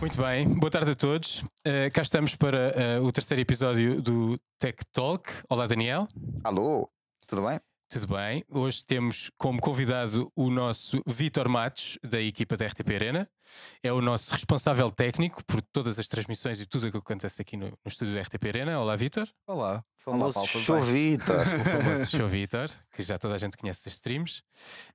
Muito bem, boa tarde a todos. Uh, cá estamos para uh, o terceiro episódio do Tech Talk. Olá, Daniel. Alô, tudo bem? Tudo bem. Hoje temos como convidado o nosso Vitor Matos, da equipa da RTP Arena. É o nosso responsável técnico por todas as transmissões e tudo o que acontece aqui no, no estúdio da RTP Arena. Olá, Vitor. Olá. Famoso Chovita. O famoso show Vitor, que já toda a gente conhece das streams.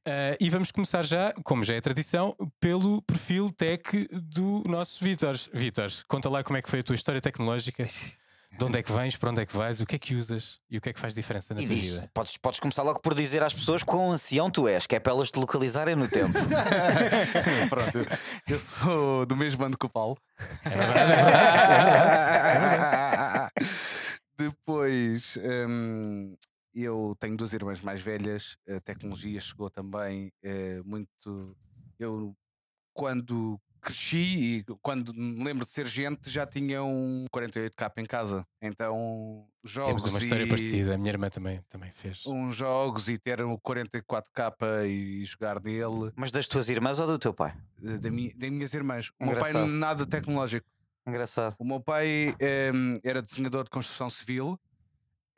Ah, e vamos começar já, como já é tradição, pelo perfil tech do nosso Vitor. Vitor, conta lá como é que foi a tua história tecnológica. De onde é que vens, para onde é que vais, o que é que usas e o que é que faz diferença na E tua diz, vida? podes, podes começar logo por dizer às pessoas quão ancião tu és, que é para elas te localizarem no tempo. Pronto, eu- eu sou do mesmo ano que o Paulo. Depois, hum, eu tenho duas irmãs mais velhas. A tecnologia chegou também eh, muito. Eu, quando cresci e quando me lembro de ser gente, já tinha um 48K em casa. Então, jogos. Temos uma história e- parecida, a minha irmã também, também fez. Uns jogos e ter um 44K e jogar nele. Mas das tuas irmãs ou do teu pai? eh, da minha- das minhas irmãs. O meu pai, Engraçado. nada tecnológico. Engraçado. O meu pai em, era desenhador de construção civil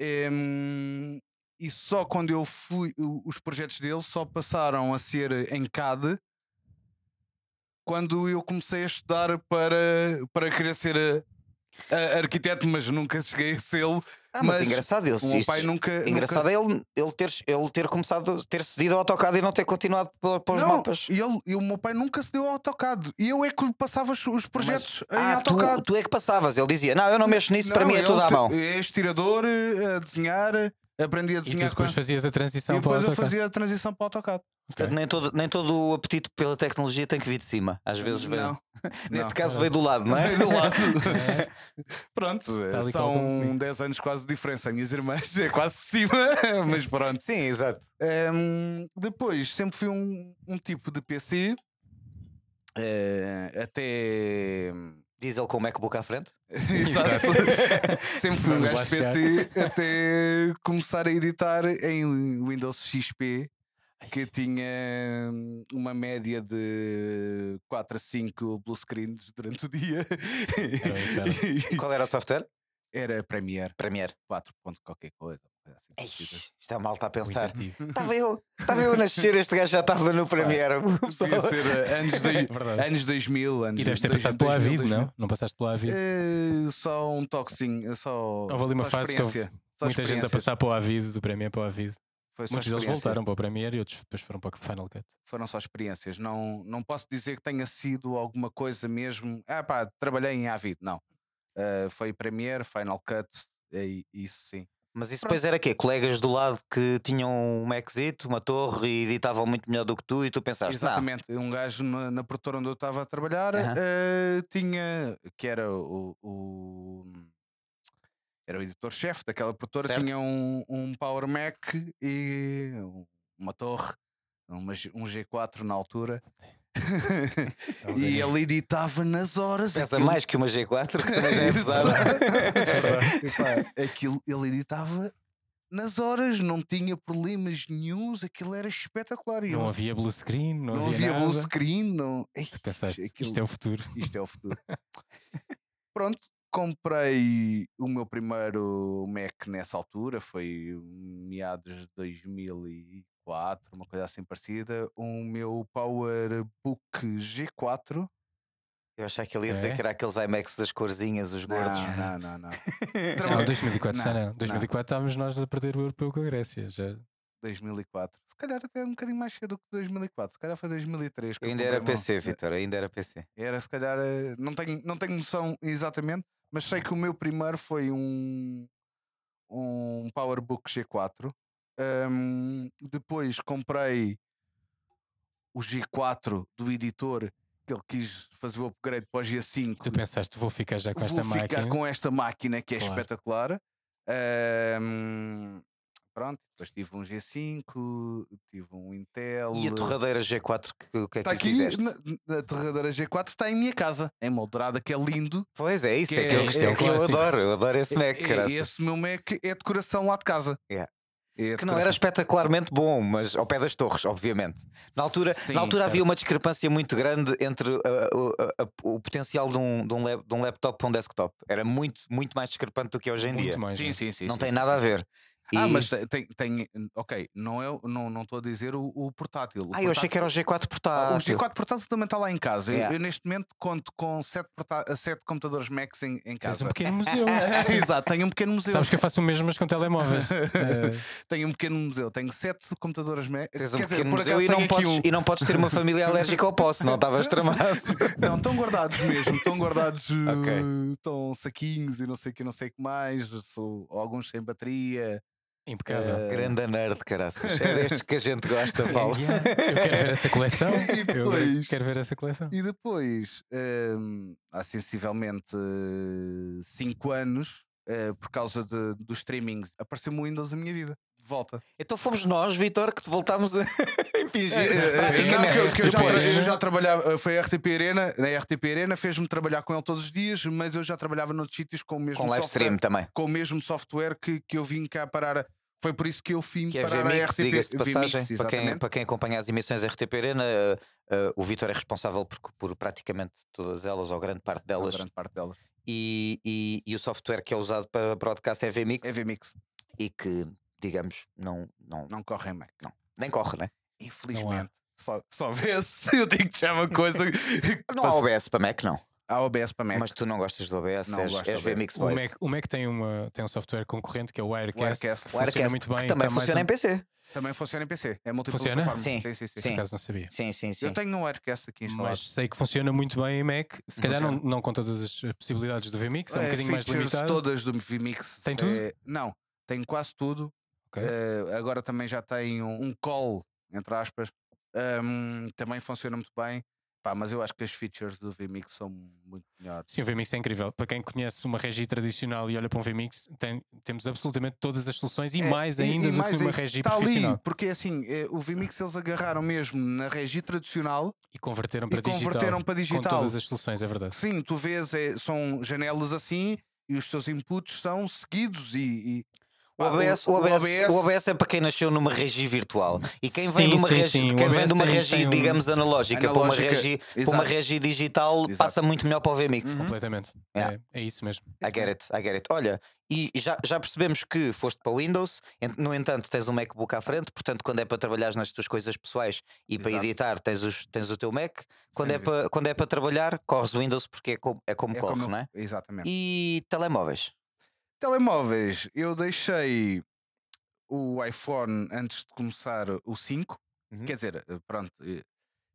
em, e só quando eu fui, o- os projetos dele só passaram a ser em CAD quando eu comecei a estudar para, para querer ser a- a- arquiteto, mas nunca cheguei a ser. O Ah, mas, Mas engraçado ele. meu Isso, pai nunca. Engraçado é ele, ele, ter, ele ter começado, ter cedido ao autocado e não ter continuado para, para os nunca... Não, mapas. e ele- e o meu pai nunca se deu ao AutoCAD. E eu é que lhe passava os, os projetos em Ah, tu, AutoCAD. tu é que passavas. Ele dizia: Não, eu não mexo nisso, para Não, mim é ele tudo à te- mão. É estirador, eh, a desenhar, aprendi a E tu desenhar com depois fazias a transição E depois para o eu autocarro. fazia a transição para o AutoCAD. Portanto, nem, todo, nem todo o apetite pela tecnologia tem que vir de cima. Às vezes vem. Não. Neste Não. caso veio do lado, não é? Veio do lado. Pronto, eh, Tal e qual como são comigo. 10 anos quase de diferença. Minhas irmãs é quase de cima, mas pronto. Sim, exato. Ehm, depois, sempre fui um, um tipo de PC. eh, até. Diz ele com o MacBook à frente. Exato. sempre fui um Vamos gajo lá de PC até começar a editar em Windows XP. que tinha hum, uma média de 4 a 5 blue screens durante o dia. Era um inferno. Qual era o software? Era Premiere Premiere. 4 ponto qualquer coisa. coisa assim Ei, parecida. isto é mal está a Muito pensar. ativo. Estava eu, estava eu a nascer, este gajo já estava no Premiere. O pessoal- Devia ser eh, anos, É doi- verdade. anos 2000. Anos E deves ter dois- passado pela 2000, Avid, não? Não passaste pela Avid? 2000. Eh, só um toxin, só. Houve ali uma só fase que houve experiência, só Muita gente a experiência. passar para o Avid, do Premiere para o Avid. Foi só Muitos deles experiência. voltaram para o Premiere e outros depois foram para o Final Cut. Foram só experiências. Não, não posso dizer que tenha sido alguma coisa mesmo. Ah, pá, trabalhei em Avid. Não. Eh, foi Premiere, Final Cut, e, isso sim. Mas isso depois era quê? Colegas do lado que tinham um Exit, uma torre e editavam muito melhor do que tu e tu pensaste, Exatamente. Um gajo na, na produtora onde eu estava a trabalhar Aham. eh, tinha. que era o. o- era o editor-chefe daquela produtora, Certo. tinha um, um Power Mac e uma torre, uma G- um G4 na altura. e ele editava nas horas. não, pensa aquilo- mais que uma G4, que também já é Exato. pesada. Epá, É aquilo ele editava nas horas, não tinha problemas nenhums, aquilo era espetacular. E eu- Não havia blue screen, não, não havia, havia nada. blue screen, não. Ei, Tu pensaste, Isto- aquilo- isto é o futuro. isto é o futuro. Pronto, comprei o meu primeiro Mac nessa altura, foi meados de 2004, uma coisa assim parecida. O meu PowerBook G4. Eu achava que ele ia dizer É? que era aqueles IMAX das corzinhas, os gordos. Não, não, não, não. Não, Trabalhei- 2004 já Não, não. 2004 estávamos nós a perder o europeu com a Grécia. Já. 2004. Se calhar até um bocadinho mais cedo que 2004. Se calhar foi 2003. que Eu eu ainda era comprei o meu. PC, Vitor, ainda era PC. Era se calhar. eh, Não tenho, não tenho noção exatamente, mas Hum. sei que o meu primeiro foi um, um PowerBook G4. Ahm, depois comprei o G4 do editor que ele quis fazer o upgrade para o G5. Tu pensaste, vou ficar já com esta Vou ficar máquina. com esta máquina que é Claro. espetacular. Ahm, pronto, depois tive um G5, tive um Intel. E a torradeira G4, que, o que é que Está lhe Tá aqui fizeste? na, na torradeira G4, está em minha casa, em Moldurada, que é lindo. Pois é, isso Que é, que eu é- gostei. é É que eu clássico. adoro, eu adoro esse Mac, É- é- caraças. esse meu Mac é decoração lá de casa. É de que não coração. era espetacularmente bom, mas ao pé das torres, obviamente. Na altura, Sim, na altura certo. havia uma discrepância muito grande entre uh, o- a- a- o potencial de um, de um lap- de um laptop para um desktop. Era muito, muito mais discrepante do que é hoje em dia. Muito mais. Sim, né? sim, sim. não sim, tem sim, nada sim. a ver. Ah, E- mas tem, tem, tem- ok, não estou não, não estou a dizer o, o portátil. O Ah, eu achei que era o G4 portátil. O G4 portátil também está lá em casa. Eu- Yeah. Eu, neste momento conto com 7, computadores Macs em, em Tens casa. um pequeno museu. Exato, tenho um pequeno museu. Sabes que eu faço o mesmo, mas com telemóveis. Eh, Tenho um pequeno museu. Tenho 7 computadores Macs. Tens um Quer dizer, pequeno por museu acaso e tenho não, aqui podes, um. e não podes ter uma família alérgica ao posse, não estavas tramado. Não, estão guardados mesmo, estão guardados, Ok. eh, estão saquinhos e não sei o que, não sei o que mais, sou- alguns sem bateria. Impecável. eh, Grande nerd, caraças. É destes que a gente gosta, Paulo. Yeah, é. Eu quero ver essa coleção. É, E Eu depois? quero ver essa coleção. E depois, hum, há sensivelmente 5 anos, eh, por causa de- do streaming, apareceu-me o Windows na minha vida. De volta. Então fomos nós, Vitor, que te voltámos a É, impingir. não, que eu- que eu, já Depois- tra- eu já trabalhava, eh, foi a RTP Arena, na RTP Arena fez-me trabalhar com ele todos os dias, mas eu já trabalhava noutros sítios com o mesmo Com live software, stream também. com o mesmo software que, que eu vim cá parar. a- Foi por isso que eu vim Que é parar a VMix, RTP. diga-se de VMix, passagem. para, quem, é exatamente. para quem acompanha as emissões da RTP Arena, eh, eh, o Vitor é responsável por, por praticamente todas elas, ou grande parte A delas. grande parte delas. E, e- e o software que é usado para broadcast é VMix É VMix, e que, digamos, não, não, não correm Mac. nem corre, né? Infelizmente. Só, só vê-se, eu digo que já é uma coisa. Não há OBS para Mac, não. Há OBS para Mac. Mas tu não gostas do OBS, Não és, gosto és do OBS. VMix O Voice. Mac, o Mac tem, uma, tem um software concorrente que é o Wirecast. Wirecast. que O Aircast, Funciona muito bem. que também está mais funciona um- em PC. Também funciona em PC. É Funciona? multiplataforma. Sim, Sim, sim, sim. Por sim. acaso não sabia. Sim, sim, sim. Eu tenho um Aircast aqui instalado. Mas sei que funciona muito bem em Mac. Se calhar não, Funciona. não com todas as possibilidades do VMix, é um É, bocadinho mais features limitado. todas do VMix. Tem é, tudo? Não, tem quase tudo. Ok. Eh, agora também já tem um, um call, entre aspas. Ahm, também funciona muito bem. Pá, mas eu acho que as features do VMix são muito melhores. Sim, o VMix é incrível. Para quem conhece uma regi tradicional e olha para um VMix, tem- temos absolutamente todas as soluções e É, mais ainda e do mais que uma aí- regi Está ali, profissional. porque assim, eh, o VMix eles agarraram mesmo na regi tradicional E converteram para e converteram digital. para Com digital. todas as soluções, é verdade. Sim, tu vês, é- são janelas assim e os teus inputs são seguidos e. e- O pá, OBS, o, OBS, o OBS é para quem nasceu numa regi virtual. E quem vem Sim, de uma sim, regi, sim, o Quem vem OBS de uma tem- regi tem um- digamos, analógica, Analógica, para uma regi, para uma exato. regi digital, Exato. passa muito melhor para o VMix. Uhum. Completamente. Yeah. É, é isso mesmo. I get it, I get it. Olha, e já, já percebemos que foste para Windows, en- no entanto, tens um MacBook à frente, portanto, quando é para trabalhar nas tuas coisas pessoais e para Exato. editar, tens, os, tens o teu Mac. Quando é, dúvida. para, quando é para trabalhar, corres o Windows porque é como, é como É corre, como- não é? Exatamente. E telemóveis. Telemóveis, eu deixei o iPhone antes de começar o 5. Uhum. Quer dizer, eh, pronto, eh,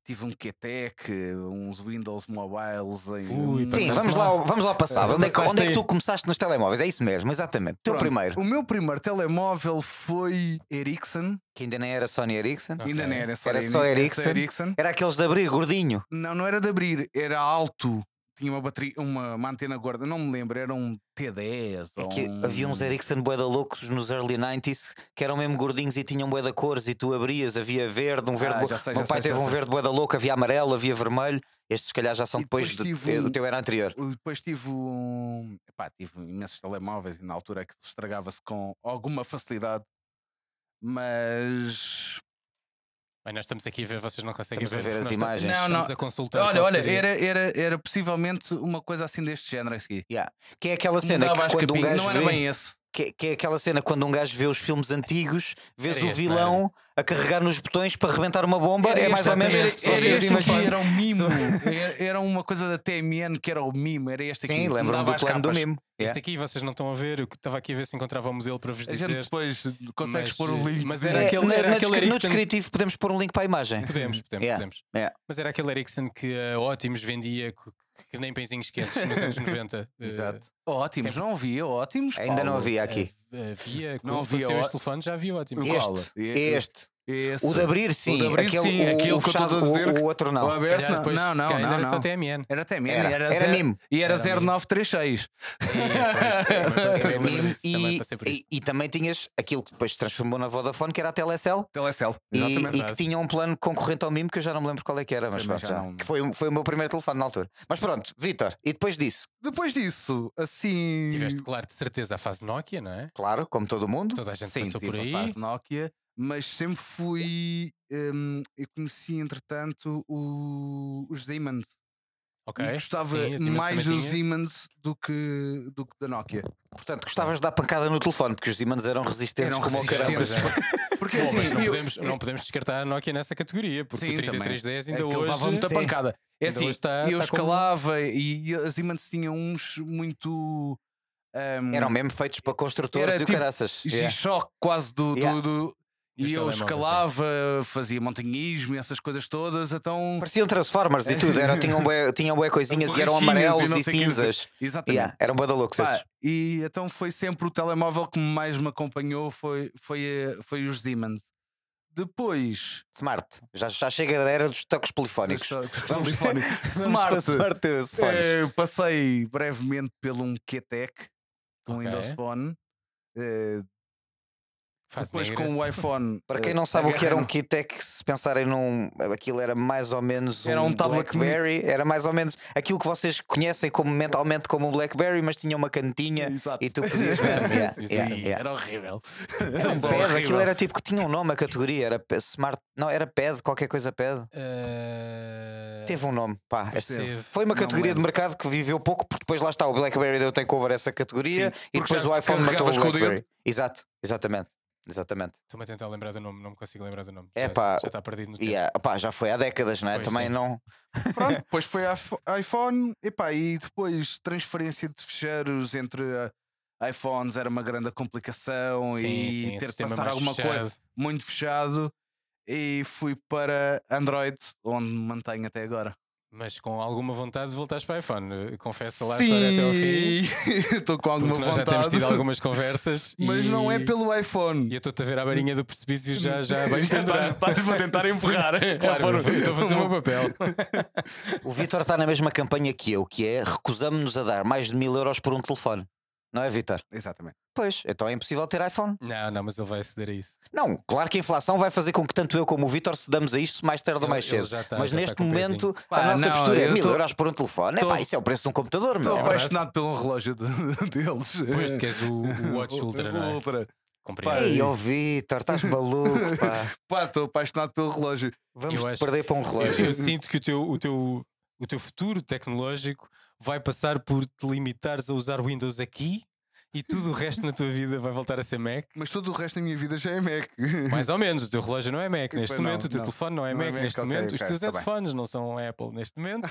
tive um QTEC, eh, uns Windows Mobiles. em- Ui, um- Mas Sim, não vamos está- lá, ao- vamos lá ao passado. Mas Onde é, que, começaste onde é que aí. tu começaste nos telemóveis? É isso mesmo, exatamente. Teu Pronto, primeiro. O meu primeiro telemóvel foi Ericsson. Que ainda nem era Sony Ericsson. Ok. Ainda não era só, Era só Ericsson? Ericsson. Era aqueles de abrir, gordinho. Não, não era de abrir, era alto. Tinha uma bateria, uma, uma antena gorda, não me lembro, era um T10. É ou que um... havia uns Ericsson boeda loucos nos early 90s que eram mesmo gordinhos e tinham boeda cores e tu abrias, havia verde, um verde. Ah, bué- já sei, Meu já pai sei, teve já um sei. verde boeda louco, havia amarelo, havia vermelho. Estes, se calhar, já são E depois, depois de- tive um- o teu era anterior. Eu Depois tive um. Epá, tive imensos telemóveis e na altura que estragava-se com alguma facilidade, mas. Bem, nós estamos aqui a ver, vocês não conseguem Estamos a ver porque as nós estamos- imagens. Não, Estamos não. a consultar. Olha, qual olha, seria. era, era, era possivelmente uma coisa assim deste género aqui. Que é aquela cena Mudava que as quando um capinhas, gajo não era vê- bem esse. Que, que é aquela cena quando um gajo vê os filmes antigos, vês Era o este, não vilão a carregar nos botões para arrebentar uma bomba, Era é mais este, ou menos. era- se Era vocês este aqui, imaginam- era um mimo. Era- Era uma coisa da TMN que era o mimo, era este aqui. Sim, lembram mudava do as plano do capas. mimo. Isto aqui vocês não estão a ver. Eu estava aqui a ver se encontrava o modelo para vos É. A gente dizer. depois Mas, consegues pôr o eh, link. mas sim. era É, aquele- na- era na aquele descri- no Ericsson. descritivo podemos pôr um link para a imagem. Podemos, podemos, É, Yeah, podemos. yeah. Mas era aquele Ericsson que a Ótimos vendia co- que nem pãezinhos quentes nos anos 90. eh, Exato. é. Ótimos, não havia ótimos. Ainda não Paulo. havia aqui. eh, Havia, Não quando havia apareceu ó- este telefone já havia Ótimos. Qual? Este, E- é este, Esse. O de abrir, sim. de abrir, aquele, sim, o, aquele que eu o estou a fechado, o- dizer o, que- outro O não. Se aberto, calhar depois, não, se não, calhar ainda não, era só não. TMN. Era TMN, Era. era, Era zero- mimo. E era, Era mimo. 0936. Era Mimo, Também E, passei por isso. e, e também tinhas aquilo que depois se transformou na Vodafone, que era a Telecel. Telecel. E, Então é Exatamente. assim. e que tinha um plano concorrente ao mimo que eu já não me lembro qual é que era, mas Também pronto, já já. não- Que foi, o- foi o meu primeiro telefone na altura. Mas pronto, Vitor, e depois disso, Depois disso, assim. Tiveste, claro, de certeza a fase Nokia, não é? claro, como todo mundo, Toda a gente Sim, passou tive por aí. a fase Nokia, mas sempre fui. hum, eu conheci, entretanto, o, os Siemens. Ok. E gostava Sim, a Siemens mais também dos tinha. Siemens do que, do que da Nokia. portanto, gostavas de dar pancada no telefone, porque os imãs eram resistentes Eram como o caramba. resistentes. Porque Bom, mas assim, não eu- podemos, não podemos descartar a Nokia nessa categoria, porque Sim, o 3310 ainda é que hoje. levava muita Sim. pancada. É Ainda assim, hoje tá- eu tá como- escalava e as Siemens tinham uns muito. hum, Eram mesmo feitos para construtores Era e o tipo caraças. Yeah. G-Shock quase do. do- Yeah. do- Dos e eu telemóveis, escalava, fazia montanhismo e essas coisas todas, então. Pareciam Transformers e tudo, era, tinham, bué, tinham bué coisinhas e eram Borrachinhas e amarelos não e, sei o que, não sei- cinzas. Exatamente. Yeah, eram badalucos Pá, esses. e então foi sempre o telemóvel que mais me acompanhou foi, foi, eh, foi os Siemens. Depois. Smart. Já, já chega da era dos tacos polifónicos. Vamos- Smart. Telefone. Smart eh, fones. Eh, passei brevemente pelo um QTEC, com Ok. Windows Phone. eh, Fase depois negra. com o iPhone. Para eh, quem não sabe o que era um agarrei Kitec, se pensarem num. Aquilo era mais ou menos Era um tablet que me- Blackberry, era mais ou menos aquilo que vocês conhecem como mentalmente como um Blackberry, mas tinha uma no- cantinha Exato. e tu podias ver. Exatamente, É, Yeah, sim, yeah, sim. yeah. Era horrível. Era um então Era pad, horrível. aquilo era tipo que tinha um nome, a categoria, era pe- Smart. Não, era pad, qualquer coisa pad. Eh, Teve um nome, pá. Pois essa- teve. Foi uma É. Não categoria de lembro. mercado que viveu pouco, porque depois lá está o Blackberry deu takeover a essa categoria Sim, e porque depois já o iPhone matou o carregavas com o dedo. Blackberry. Exato, exatamente. Exatamente. Estou-me a tentar lembrar do nome, não me consigo lembrar do nome. É já, pá, já está perdido no tempo. é E ah, pá, já foi há décadas, não é? Pois Também sim. não. Pronto, depois foi iPho- iPhone epá, e depois transferência de fecheiros entre ah, iPhones era uma grande complicação Sim, um e sim, ter de sistema passar mais alguma coisa fechado. muito fechado e fui para Android, onde me mantenho até agora. Mas com alguma vontade de voltares para iPhone. Eh, Confesso lá a história até ao fim. Sim, estou com Porque alguma nós já vontade. temos tido algumas conversas. Mas e- não é pelo iPhone. E eu estou-te a ver à beirinha do precipício já, já bem Já estás- estás-me a tentar empurrar. eh, Claro, Já foram- estou a fazer o meu papel. O Vitor está na mesma campanha que eu, que é recusamos-nos a dar mais de mil euros por um telefone. Não é, Vitor? Exatamente. Pois, então é impossível ter iPhone. Não, não, mas ele vai ceder a isso. Não, claro que a inflação vai fazer com que tanto eu como o Vitor cedamos a isto mais tarde ou Ele- mais ele cedo. já está- Mas já está neste com o momento a Pá, nossa não, postura é eu mil tô- euros por um telefone. tô- Epá, isso é o preço de um computador, meu. Estou É verdade. apaixonado pelo relógio de- deles. Pois, que és o, o Watch O- Ultra, o não é? Ultra. Compreendo. Ei, ó Vitor, estás maluco, pá. Pá, estou apaixonado pelo relógio. Vamos Eu te acho- perder para um Eu, eu relógio. sinto que o teu, o, teu, o teu futuro tecnológico vai passar por te limitares a usar Windows aqui e tudo o resto na tua vida vai voltar a ser Mac. Mas todo o resto da minha vida já é Mac. Mais ou menos, o teu relógio não é Mac neste Pois não, momento, o teu não. telefone não é Não Mac é Mac, neste ok, momento, os ok, teus tá bem. headphones não são Apple neste momento.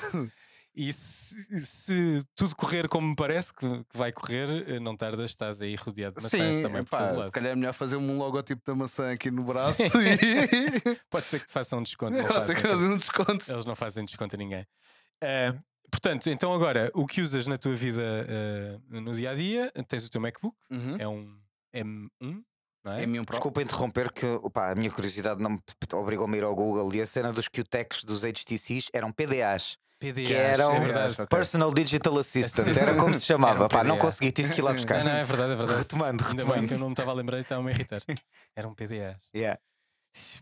E se, se tudo correr como me parece que, que vai correr, eh, não tardas, estás aí rodeado de maçãs Sim, também por pá, todo se lado. calhar é melhor fazer um logotipo da maçã aqui no braço Sim. e. Pode ser que te façam um desconto. não Pode ser que fazem, fazer um desconto. Eles não fazem desconto a ninguém. Ah, portanto, então agora, o que usas na tua vida ah, no dia a dia? Tens o teu MacBook, Hum? Uhum. é um M1, não é? É meu próprio. Desculpa interromper, que opá, a minha curiosidade não me obrigou-me a ir ao Google. E a cena dos Q-Techs dos HTCs eram PDAs. PDAs, que um eram- é verdade. Ok. Personal Digital Assistant, Assistant. era como se Era chamava. um Pá, não PDA. consegui, tive que ir lá buscar. Não, não, é verdade, é verdade. Retomando, Ainda bem que retomando. eu não me estava a lembrar e estava-me a irritar. Eram PDAs. Yeah.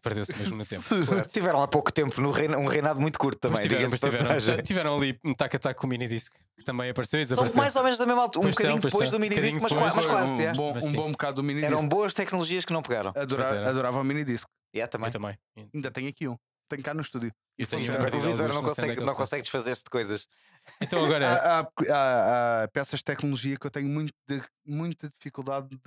Perdeu-se mesmo no tempo. Tiveram há pouco tempo, no reino, um reinado muito curto Mas também, tiveram, diga-se mas de tiveram, passagem. tiveram ali um tac-a-tac com o minidisc, que também apareceu e São desapareceu. mais ou menos da mesma altura, um Pois são, bocadinho pois depois são. do minidisc, Bocadinho mas, depois. qua- mas quase. é. um, yeah. bom, Mas um sim. bom bocado do mini Eram disco. boas tecnologias que não pegaram. Adora- Pois era. Adorava o mini disco. Yeah, Eu também. também. Eu Ainda tenho aqui um. Tenho cá no estúdio. tenho funciona. perdido O Vitor alguns, não sei onde é consegue, que não eles consegue desfazer-se de coisas. estão. Então agora, Há, há- há- há peças de tecnologia que eu tenho muito de- muita dificuldade de,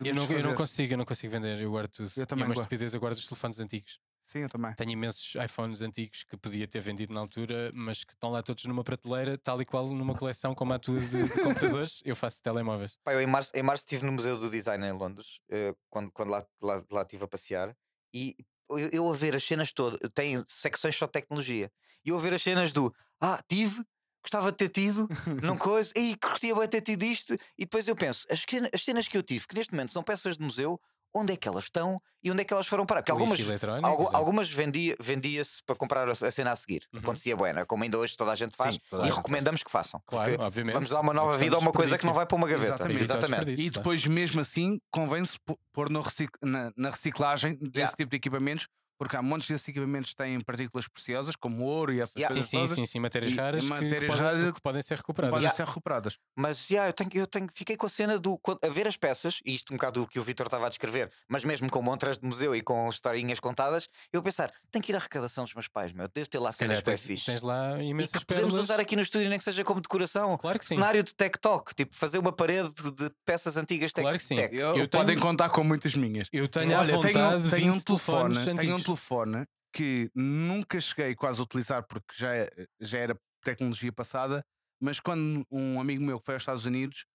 de eu me não, eu não desfazer. consigo, eu não consigo vender, eu guardo tudo. Eu também é uma guardo. estupidez, eu guardo os telefones antigos. Sim, eu também. Tenho imensos iPhones antigos que podia ter vendido na altura, mas que estão lá todos numa prateleira, tal e qual numa coleção como a tua de, de computadores. Eu faço telemóveis. Pá, eu em março, em março estive no Museu do Design em Londres, eh, quando, quando lá, lá, lá estive a passear, e eu, eu a ver as cenas todas, tem secções só de tecnologia, e eu a ver as cenas do Ah, tive, gostava de ter tido, não coisa, e curtia bem ter tido isto, e depois eu penso, as, cena- as cenas que eu tive, que neste momento são peças de museu, onde é que elas estão e onde é que elas foram parar. Porque algumas, Lixo eletrónico, algu- exato. algumas vendia- vendia-se para comprar a a cena a seguir. Uhum. Acontecia buena, como ainda hoje toda a gente faz Sim, toda a e gente recomendamos que façam. é. Claro, porque obviamente. vamos dar uma nova vida a uma coisa que não vai para uma gaveta. Exatamente. Exatamente. E depois, mesmo assim, convém-se pô- pôr no recic- na, na reciclagem desse Yeah. tipo de equipamentos, porque há montes desses equipamentos que têm partículas preciosas, como ouro e essas Yeah. Sim, coisas. sim, todas, sim, sim, matérias E- raras, que- que, matérias podem, raras que podem ser que recuperadas. Podem Yeah. ser recuperadas. Mas já, eu, tenho, eu tenho, fiquei com a cena do. quando- A ver as peças, e isto um bocado do que o Vitor estava a descrever, mas mesmo com montras de museu e com historinhas contadas, eu a pensar, tenho que ir à arrecadação dos meus pais, meu. Devo ter lá Se cenas calhar mais tens, fixe. tens lá E imensas que podemos pérolas. usar aqui no estúdio, nem que seja como decoração. Claro que sim. Cenário de tech talk, tipo fazer uma parede de- de peças antigas tech Claro que sim. tech. Eu, Eu Podem tenho- contar com muitas minhas. Eu tenho à Olha, vontade tenho, um, tenho 20 um telefone, telefones tenho um antigos. telefone que nunca cheguei quase a utilizar porque já, é- já era tecnologia passada, mas quando um amigo meu que foi aos Estados Unidos,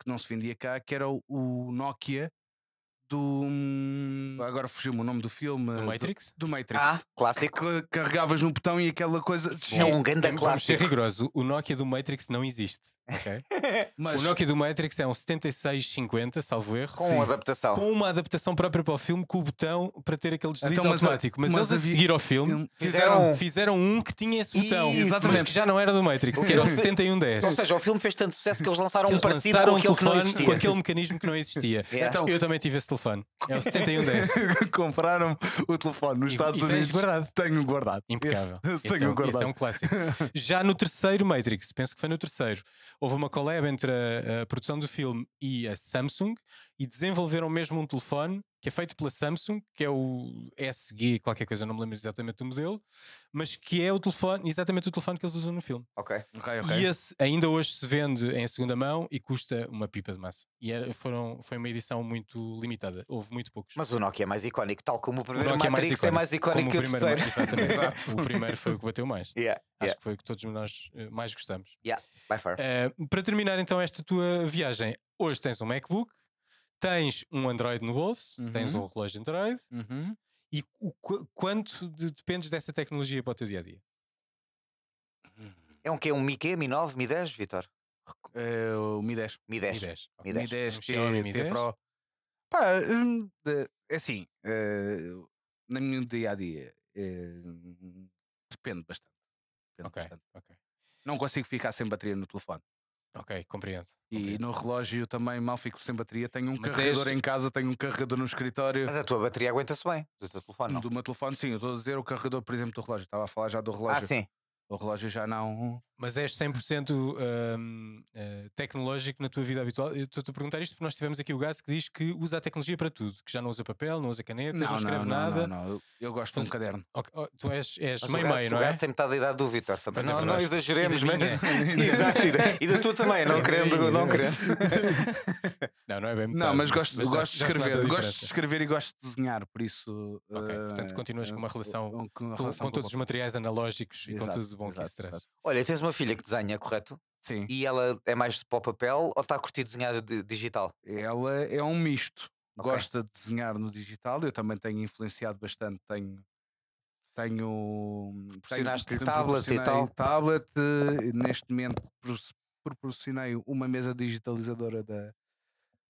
que não se vendia cá, que era o, o Nokia do hum, agora fugiu-me o nome do filme No Matrix? do, do Matrix. Ah, clássico. Que carregavas no botão e aquela coisa É um grande Vamos- Vamos ser clássico. rigoroso. O Nokia do Matrix não existe. ok? mas O Nokia do Matrix é um 7650, salvo erro. Com adaptação. com uma adaptação própria para o filme, com o botão para ter aquele deslize Então, mas a- automático. Mas, eles mas a havia- seguir ao filme Fizeram- um- fizeram um que tinha esse botão, Isso. mas que Exatamente. já não era do Matrix, que era o Eles- 7110. Ou seja, o filme fez tanto sucesso que eles lançaram um Eles parecido lançaram com um aquele que não telefone com existia. É. aquele mecanismo que não existia. Yeah. Então- Eu também tive esse telefone. É o 7110. compraram o telefone nos E- Estados e tens Unidos. guardado. Tenho guardado. Impecável. Esse- Esse, esse é tenho um, esse guardado. é um clássico. Já no terceiro Matrix, penso que foi no terceiro, houve uma collab entre a, a produção do filme e a Samsung e desenvolveram mesmo um telefone que é feito pela Samsung, que é o SG, qualquer coisa, não me lembro exatamente do modelo, mas que é o telefone, exatamente o telefone que eles usam no filme. Ok. Ok, ok. um E esse ainda hoje se vende em segunda mão e custa uma pipa de massa. E era- foram, foi uma edição muito limitada, houve muito poucos. Mas o Nokia é mais icónico, tal como o O primeiro Nokia Matrix é mais icónico, como que o primeiro, é. terceiro. exatamente. o primeiro foi o que bateu mais. Yeah, Acho yeah, que foi o que todos nós eh, mais gostamos. by far. Eh, para terminar então esta tua viagem, hoje tens um MacBook, tens um Android no bolso, Uhum. tens um relógio Android Uhum. e o qu- quanto de- dependes dessa tecnologia para o teu dia a dia? É um quê? Um Mi quê? Mi 9, Mi 10, Vitor? É o Mi 10. Mi Mi 10. 10. Mi ok. 10. Mi 10 Um Xiaomi Mi T, 10. T Pro. Pá, hum, de- é assim, eh, na minha dia a dia eh, depende bastante. Depende Ok, bastante. ok. Não consigo ficar sem bateria no telefone. Ok, compreendo. E compreendo. no relógio também mal fico sem bateria. Tenho um Mas carregador és- é em casa, tenho um carregador no escritório. Mas a tua bateria aguenta-se bem, do teu telefone, não? Do meu telefone, sim, eu estou a dizer o carregador, por exemplo, do relógio. Estava a falar já do relógio. Ah, sim. O relógio já não. Mas és 100% hum, eh, tecnológico na tua vida habitual? Eu estou-te a perguntar isto porque nós tivemos aqui o Gás que diz que usa a tecnologia para tudo, que já não usa papel, não usa canetas, não, escreve nada. não, não. Eu, eu gosto de Mas- um caderno. Ok, oh, tu és, és Mas o meio meio, gajo- não o é? gajo tem metade da idade do Vitor também. Mas é Não, não verdade. exageremos, E da mas. Exato, e da- e da tua também, não E da querendo. minha. Não querendo. É Não, não é bem Não, metade, mas gosto, já- gosto de já se nota a escrever. Gosto de diferença. escrever e gosto de desenhar, por isso. Ok, portanto, eh, continuas com uma eh, relação com- com uma Com, relação com todos os boa. materiais analógicos e com Exato, tudo de bom que exato, isso traz. exato. Olha, tens uma filha que desenha, correto? Sim, E ela é mais para o papel ou está a curtir desenhar di- digital? ela é um misto. Ok. Gosta de desenhar no digital. Eu também tenho influenciado bastante. Tenho. Tenho. tenho- Proporcionaste-lhe tenho tablet e proporcionei tal? Tablet. eh, Neste momento proporci- proporcionei uma mesa digitalizadora da.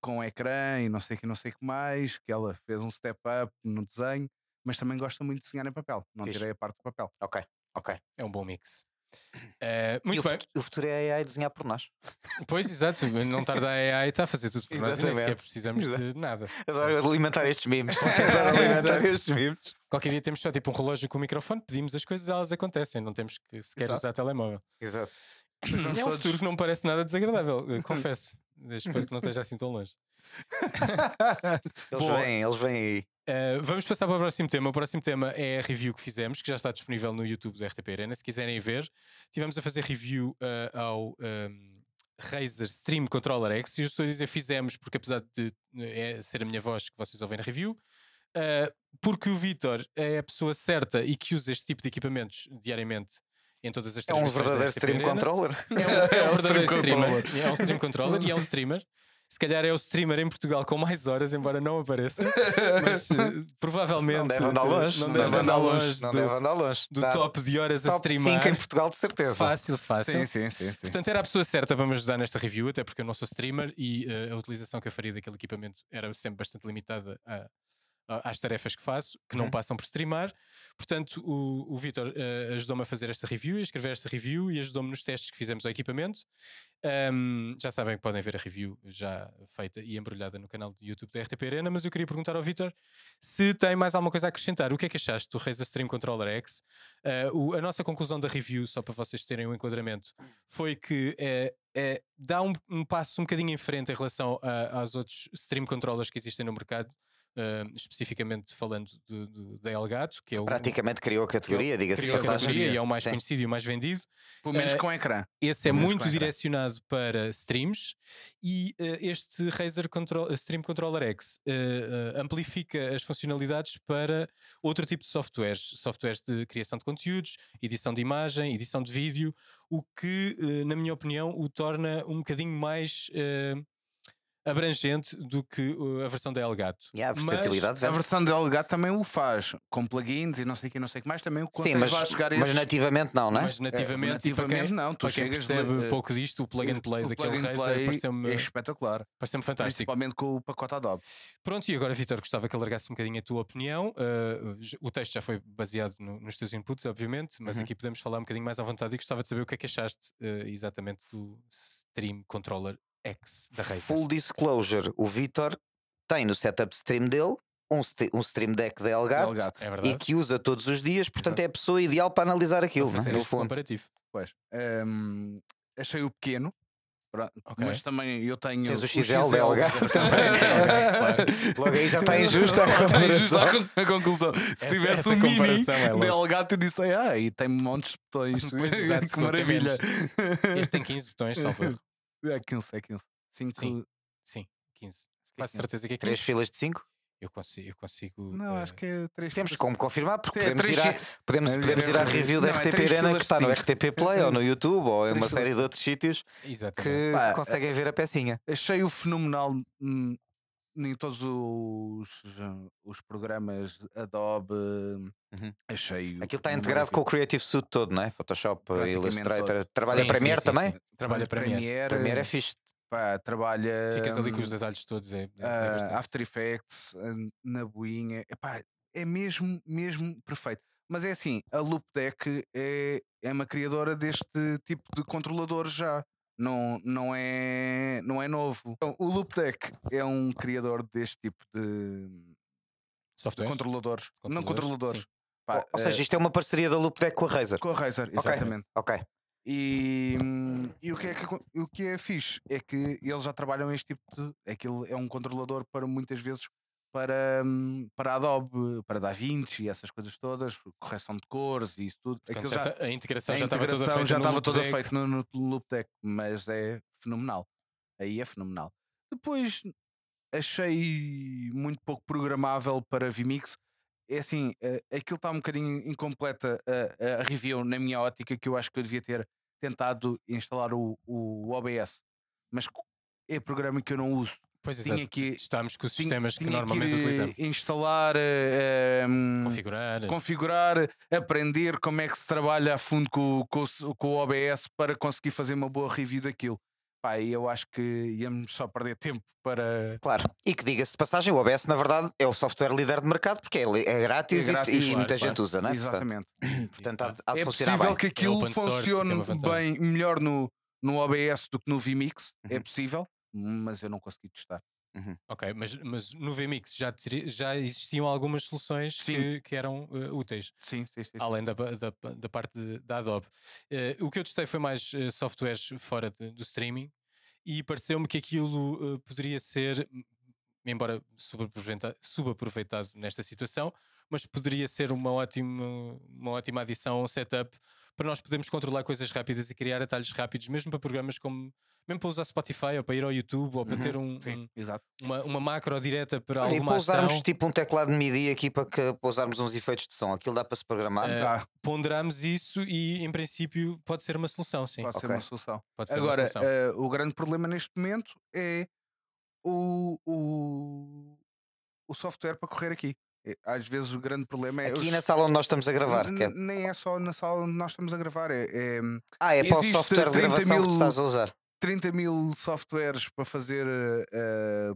Com ecrã e não sei o que, não sei o que mais, que ela fez um step up no desenho, mas também gosta muito de desenhar em papel. Não Fixe. tirei a parte do papel. Ok, ok. É um bom mix. Eh, E muito o, bem, fut- o futuro é a AI desenhar por nós. pois exato, não tarda a AI está a fazer tudo por nós e nem Exatamente. sequer precisamos de nada. Adoro alimentar estes memes. Adoro alimentar Exato. estes memes. Qualquer dia temos só tipo um relógio com microfone, pedimos as coisas, elas acontecem, não temos que sequer Exato. usar telemóvel. Exato. vamos É um todos- futuro que não me parece nada desagradável, eh, confesso. Espero que não esteja assim tão longe. Eles Boa. vêm, eles vêm aí. Uh, vamos passar para o próximo tema. O próximo tema é a review que fizemos, que já está disponível no YouTube da RTP Arena. Se quiserem ver, tivemos a fazer review uh, ao um, Razer Stream Controller X. E eu estou a dizer fizemos, porque apesar de uh, é ser a minha voz que vocês ouvem na review, uh, porque o Vitor é a pessoa certa e que usa este tipo de equipamentos diariamente em todas as É um transmissões da verdadeiro RTP stream Arena. controller. É um, é um verdadeiro stream streamer. É um stream controller e é um streamer. Se calhar é o streamer em Portugal com mais horas, embora não apareça. Mas eh, provavelmente. Não deve andar longe. Não deve andar longe Não do- deve andar longe. do Tá. top de horas a Top streamar. 5 em Portugal, de certeza. Fácil, fácil. Sim, sim, sim. sim. Portanto, era a pessoa certa para me ajudar nesta review, até porque eu não sou streamer e eh, a utilização que eu faria daquele equipamento era sempre bastante limitada a- a- às tarefas que faço, que não Uhum. passam por streamar. Portanto, o, o Vitor eh, ajudou-me a fazer esta review, a escrever esta review e ajudou-me nos testes que fizemos ao equipamento. Ahm, já sabem que podem ver a review já feita e embrulhada no canal do YouTube da RTP Arena, mas eu queria perguntar ao Vitor se tem mais alguma coisa a acrescentar. O que é que achaste do Razer Stream Controller X? Ah, o- a nossa conclusão da review, só para vocês terem um enquadramento, foi que eh, eh, dá um, um passo um bocadinho em frente em relação a- aos outros stream controllers que existem no mercado, ah, especificamente falando do- do- da Elgato, que é o Praticamente criou a categoria, diga-se de criou a Elgato. passagem. categoria e é o mais Sim. conhecido e o mais vendido. Pelo menos Eh, com ecrã. Esse é Mas muito com ecrã. direcionado para streams e eh, este Razer Control- eh, Stream Controller X eh, eh, amplifica as funcionalidades para outro tipo de softwares, softwares de criação de conteúdos, edição de imagem, edição de vídeo, o que, eh, na minha opinião, o torna um bocadinho mais eh, abrangente do que eh, a versão da Elgato. E há a Mas- versatilidade A vem- versão de Elgato também o faz, com plugins e não sei o que, não sei o que mais, também o consegue Sim, mas, lá chegar a mas esses- nativamente não, não é? Mas nativamente, e para nativamente quem, não, tu para quem chegas percebe eh, pouco disto, o plug and play o daquele plug and Razer play pareceu-me é espetacular, pareceu fantástico. principalmente com o pacote Adobe. Pronto, e agora, Vitor, gostava que alargasse um bocadinho a tua opinião. Uh, j- o texto já foi baseado no- nos teus inputs, obviamente, mas Uhum. aqui podemos falar um bocadinho mais à vontade e gostava de saber o que é que achaste uh, exatamente do Stream Controller X da Razer. Full disclosure: o Vitor tem no setup stream dele um, st- um stream deck da Elgato, Elgato. É verdade? e que usa todos os dias, portanto é a pessoa ideal para analisar aquilo, Para não é? fazer no este fundo. comparativo. Pois. Ehm, achei o pequeno, pronto, Ok. mas também eu tenho. Tens o o XL da Elgato também. Logo aí já está injusta a Está Tá injusta a comparação. con- a conclulusão. Se Essa- tivesse essa um mini comparação é louca. de Elgato, eu disse, ah, e tem montes de botões. Pois, exato, que maravilha. Este tem 15 botões, salvo erro. É 15, é 15. 5, Sim. Sim, 15. Faço certeza que é Três 15. filas de cinco? Eu consigo. Eu consigo Não, uh, acho que é 3 Temos como confirmar, porque É, podemos três ir, à, fi- podemos, Não, podemos é- ir à review da não, é RTP três Arena, filas que de está no cinco. RTP Play ou no YouTube ou em Três uma filas série de de outros sítios é Exatamente. que Pá, conseguem ver a pecinha. Achei-o fenomenal hum, em todos os, os programas Adobe. Achei. Uhum. Aquilo está integrado com o Creative Suite todo, não é? Photoshop, Illustrator. Trabalha Sim, Premiere sim, sim, também? sim. Trabalha Premiere. Premiere é fixe. pá, trabalha. Ficas ali com os hum, detalhes todos. É, é, é um ah, bastante. After Effects, ah, na boinha. Epá, é mesmo, mesmo perfeito. Mas é assim, a Loopdeck é, é uma criadora deste tipo de controlador já. Não, não, é, não é novo. Então, o Loopdeck é um criador deste tipo de, de Software. controladores. Não Controladores, controladores. sim. Pá, Ou seja, eh, isto é uma parceria da Loop Deck com a Razer. com a Razer, Ok. exatamente. Ok. E, hum, e o, que é que, acon- o que é fixe é que eles já trabalham este tipo de. Aquilo é um controlador para muitas vezes para, hum, para Adobe, para DaVinci e essas coisas todas, correção de cores e isso tudo. Portanto, Aquilo já já, tá- a integração a já estava toda integração feita. já no estava loop toda deck. feita no, no Loop Deck, mas é fenomenal. Aí é fenomenal. Depois achei muito pouco programável para Vimix. É assim, eh, aquilo está um bocadinho incompleta a, a review na minha ótica, que eu acho que eu devia ter tentado instalar o, o OBS, mas co- é programa que eu não uso. Pois Tinha exato. que- Estamos com os Tinha- sistemas que tinha normalmente ir eh, utilizamos. Instalar, eh, ehm, Configurar. configurar, aprender como é que se trabalha a fundo com, o- com, o s- com o OBS para conseguir fazer uma boa review daquilo. Pá, e eu acho que íamos só perder tempo para. Claro, e que diga-se de passagem, o OBS na verdade é o software líder de mercado porque é, li- é grátis, É e- grátis, e, claro, muita claro. gente usa, não é? Exatamente. eh, Portanto, portanto há, há de é funcionar possível bem. que aquilo open source, que é uma funcione vantagem. bem, melhor no, no OBS do que no Vmix. É Uhum. possível, mas eu não consegui testar. Ok, mas, mas no VMix já, teri- já existiam algumas soluções Sim. que, que eram eh, úteis, Sim, sim, sim. além da, pa- da, pa- da parte de- da Adobe. Eh, o que eu testei foi mais eh, softwares fora de- do streaming e pareceu-me que aquilo eh, poderia ser, m- embora subaproveita- subaproveitado nesta situação, mas poderia ser uma ótima, uma ótima adição a um setup para nós podermos controlar coisas rápidas e criar atalhos rápidos, mesmo para programas como. Mesmo para usar Spotify ou para ir ao YouTube ou para Uhum, ter um- um, Sim, exato. uma, uma macro direta para Olha, e alguma para ação, usarmos tipo um teclado de MIDI aqui para, que, para usarmos uns efeitos de som, aquilo dá para se programar. Eh, Tá, ponderamos isso e, em princípio, pode ser uma solução, sim. pode ser ok. uma solução. Pode ser Agora, uma solução. eh, o grande problema neste momento é o, o, o software para correr aqui. E, Às vezes o grande problema é. Aqui os- na sala onde nós estamos a gravar. N- que é- Nem é só na sala onde nós estamos a gravar, é, é Ah, é para o Existe software de 30 gravação que tu mil- estás a usar. 30 mil softwares para fazer eh,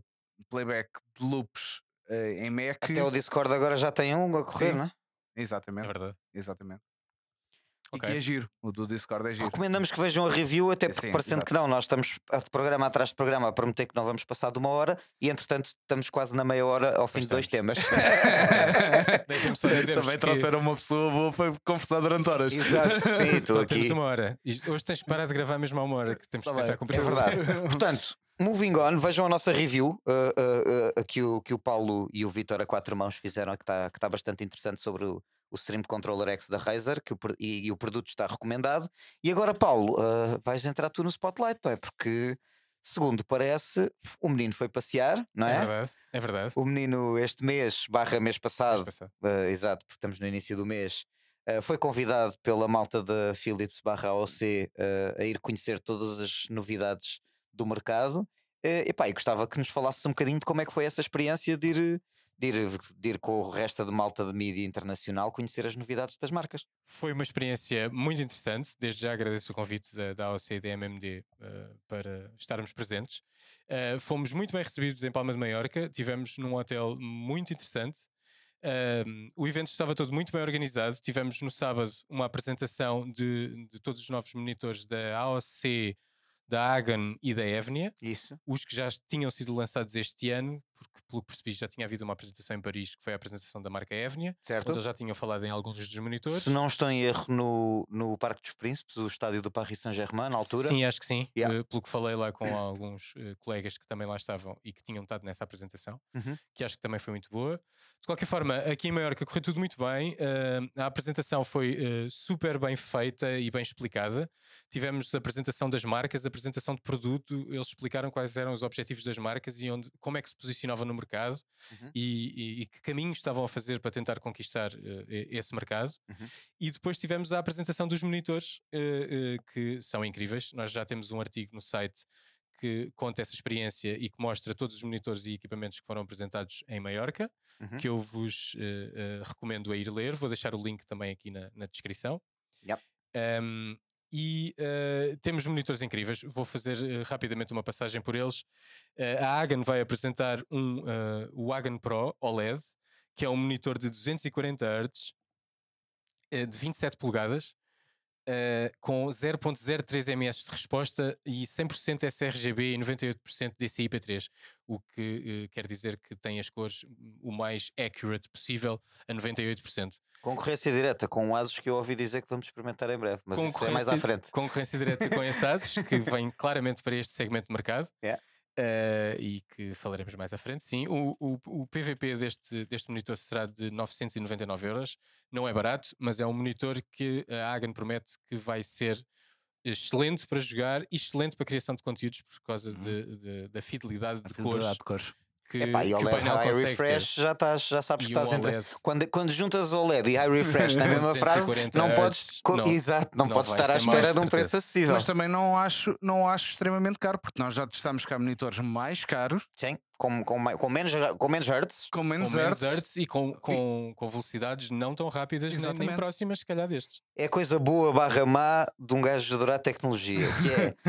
playback de loops eh, em Mac. Até o Discord agora já tem um a correr, Sim. não é? É Exatamente, verdade. exatamente. Ok. E que é giro, o do Discord é giro. Recomendamos que vejam a review, até porque Sim, parecendo exato. que não, nós estamos a- de programa atrás de programa a prometer que não vamos passar de uma hora e entretanto estamos quase na meia hora ao fim de dois temas. Deixem-me só dizer que... uma pessoa boa para conversar durante horas. Exato, sim, estou Só temos aqui. uma hora. Isto- Hoje tens de parar de gravar mesmo há uma hora, que temos Tá de tentar bem. cumprir. É verdade. Portanto, moving on, vejam a nossa review uh, uh, uh, que, o, que o Paulo e o Vitor a quatro mãos fizeram, que está que tá bastante interessante sobre o, o Stream Controller X da Razer que o pro- e, e o produto está recomendado. E agora, Paulo, uh, vais entrar tu no spotlight, não é? Porque, segundo parece, o menino foi passear, não É é? verdade. É verdade. O menino este mês, barra mês passado, Vamos passar. eh, exato, porque estamos no início do mês, eh, foi convidado pela malta da Philips barra AOC eh, a ir conhecer todas as novidades do mercado. Eh, epá, e gostava que nos falasses um bocadinho de como é que foi essa experiência de ir, de ir, de ir com o resto de malta de mídia internacional conhecer as novidades das marcas. Foi uma experiência muito interessante. Desde já agradeço o convite da, da AOC e da MMD eh, para estarmos presentes. Eh, fomos muito bem recebidos em Palma de Maiorca. Tivemos num hotel muito interessante. Ahm, o evento estava todo muito bem organizado. Tivemos no sábado uma apresentação de, de todos os novos monitores da AOC, da Agan e da Evnia Isso. os que já tinham sido lançados este ano, porque pelo que percebi já tinha havido uma apresentação em Paris, que foi a apresentação da marca Evnia, onde Certo. eles já tinham falado em alguns dos monitores. Se não estou em erro, no, no Parque dos Príncipes, o estádio do Paris Saint-Germain, na altura. Sim, acho que sim. Yeah. eh, pelo que falei lá com alguns eh, colegas que também lá estavam e que tinham estado nessa apresentação, Uhum. que acho que também foi muito boa. De qualquer forma, aqui em Maiorca correu tudo muito bem. eh, a apresentação foi eh, super bem feita e bem explicada. Tivemos a apresentação das marcas, a apresentação de produto. Eles explicaram quais eram os objetivos das marcas e onde, como é que se posicionavam no mercado Uhum. e, e- e que caminhos estavam a fazer para tentar conquistar eh, e- esse mercado. Uhum. E depois tivemos a apresentação dos monitores, eh, eh, que são incríveis. Nós já temos um artigo no site que conta essa experiência e que mostra todos os monitores e equipamentos que foram apresentados em Maiorca, Uhum. que eu vos eh, eh, recomendo a ir ler. Vou deixar o link também aqui na, na descrição. Yep. Ahm, e eh, temos monitores incríveis. Vou fazer eh, rapidamente uma passagem por eles. Eh, a Hagen vai apresentar um, eh, o Hagen Pro OLED, que é um monitor de 240 Hz, eh, de 27 polegadas, eh, com 0.03 ms de resposta e 100% sRGB e 98% DCI-P3, o que eh, quer dizer que tem as cores o mais accurate possível a 98%. Concorrência direta com o Asus que eu ouvi dizer que vamos experimentar em breve, mas isso é mais à Concorrência- frente. Concorrência direta com esses ASUS, que vem claramente para este segmento de mercado. Yeah. eh, e que falaremos mais à frente, sim. O, o, o PVP deste, deste monitor será de 999 euros. Não é barato, mas é um monitor que a Hagen promete que vai ser excelente para jogar e excelente para a criação de conteúdos por causa Uhum. de- de- da fidelidade de cores Fidelidade de cores. que, Epá, que e o OLED painel High consegue ter. Refresh já, estás, já sabes que E o estás entre. OLED Quando, quando juntas OLED e High Refresh na mesma frase, 240 não Hz, podes. co- não. exato, não, Não podes vai estar à ser mais, espera de um certeza. preço acessível. Mas também não acho, não acho extremamente caro, porque nós já testámos cá monitores mais caros, Sim, com, com, mai- com menos, ra- com menos hertz. com com menos menos hertz. hertz e com, com, com velocidades não tão rápidas nem, nem Exatamente. próximas, se calhar, destes. É coisa boa barra má de um gajo adorar tecnologia, que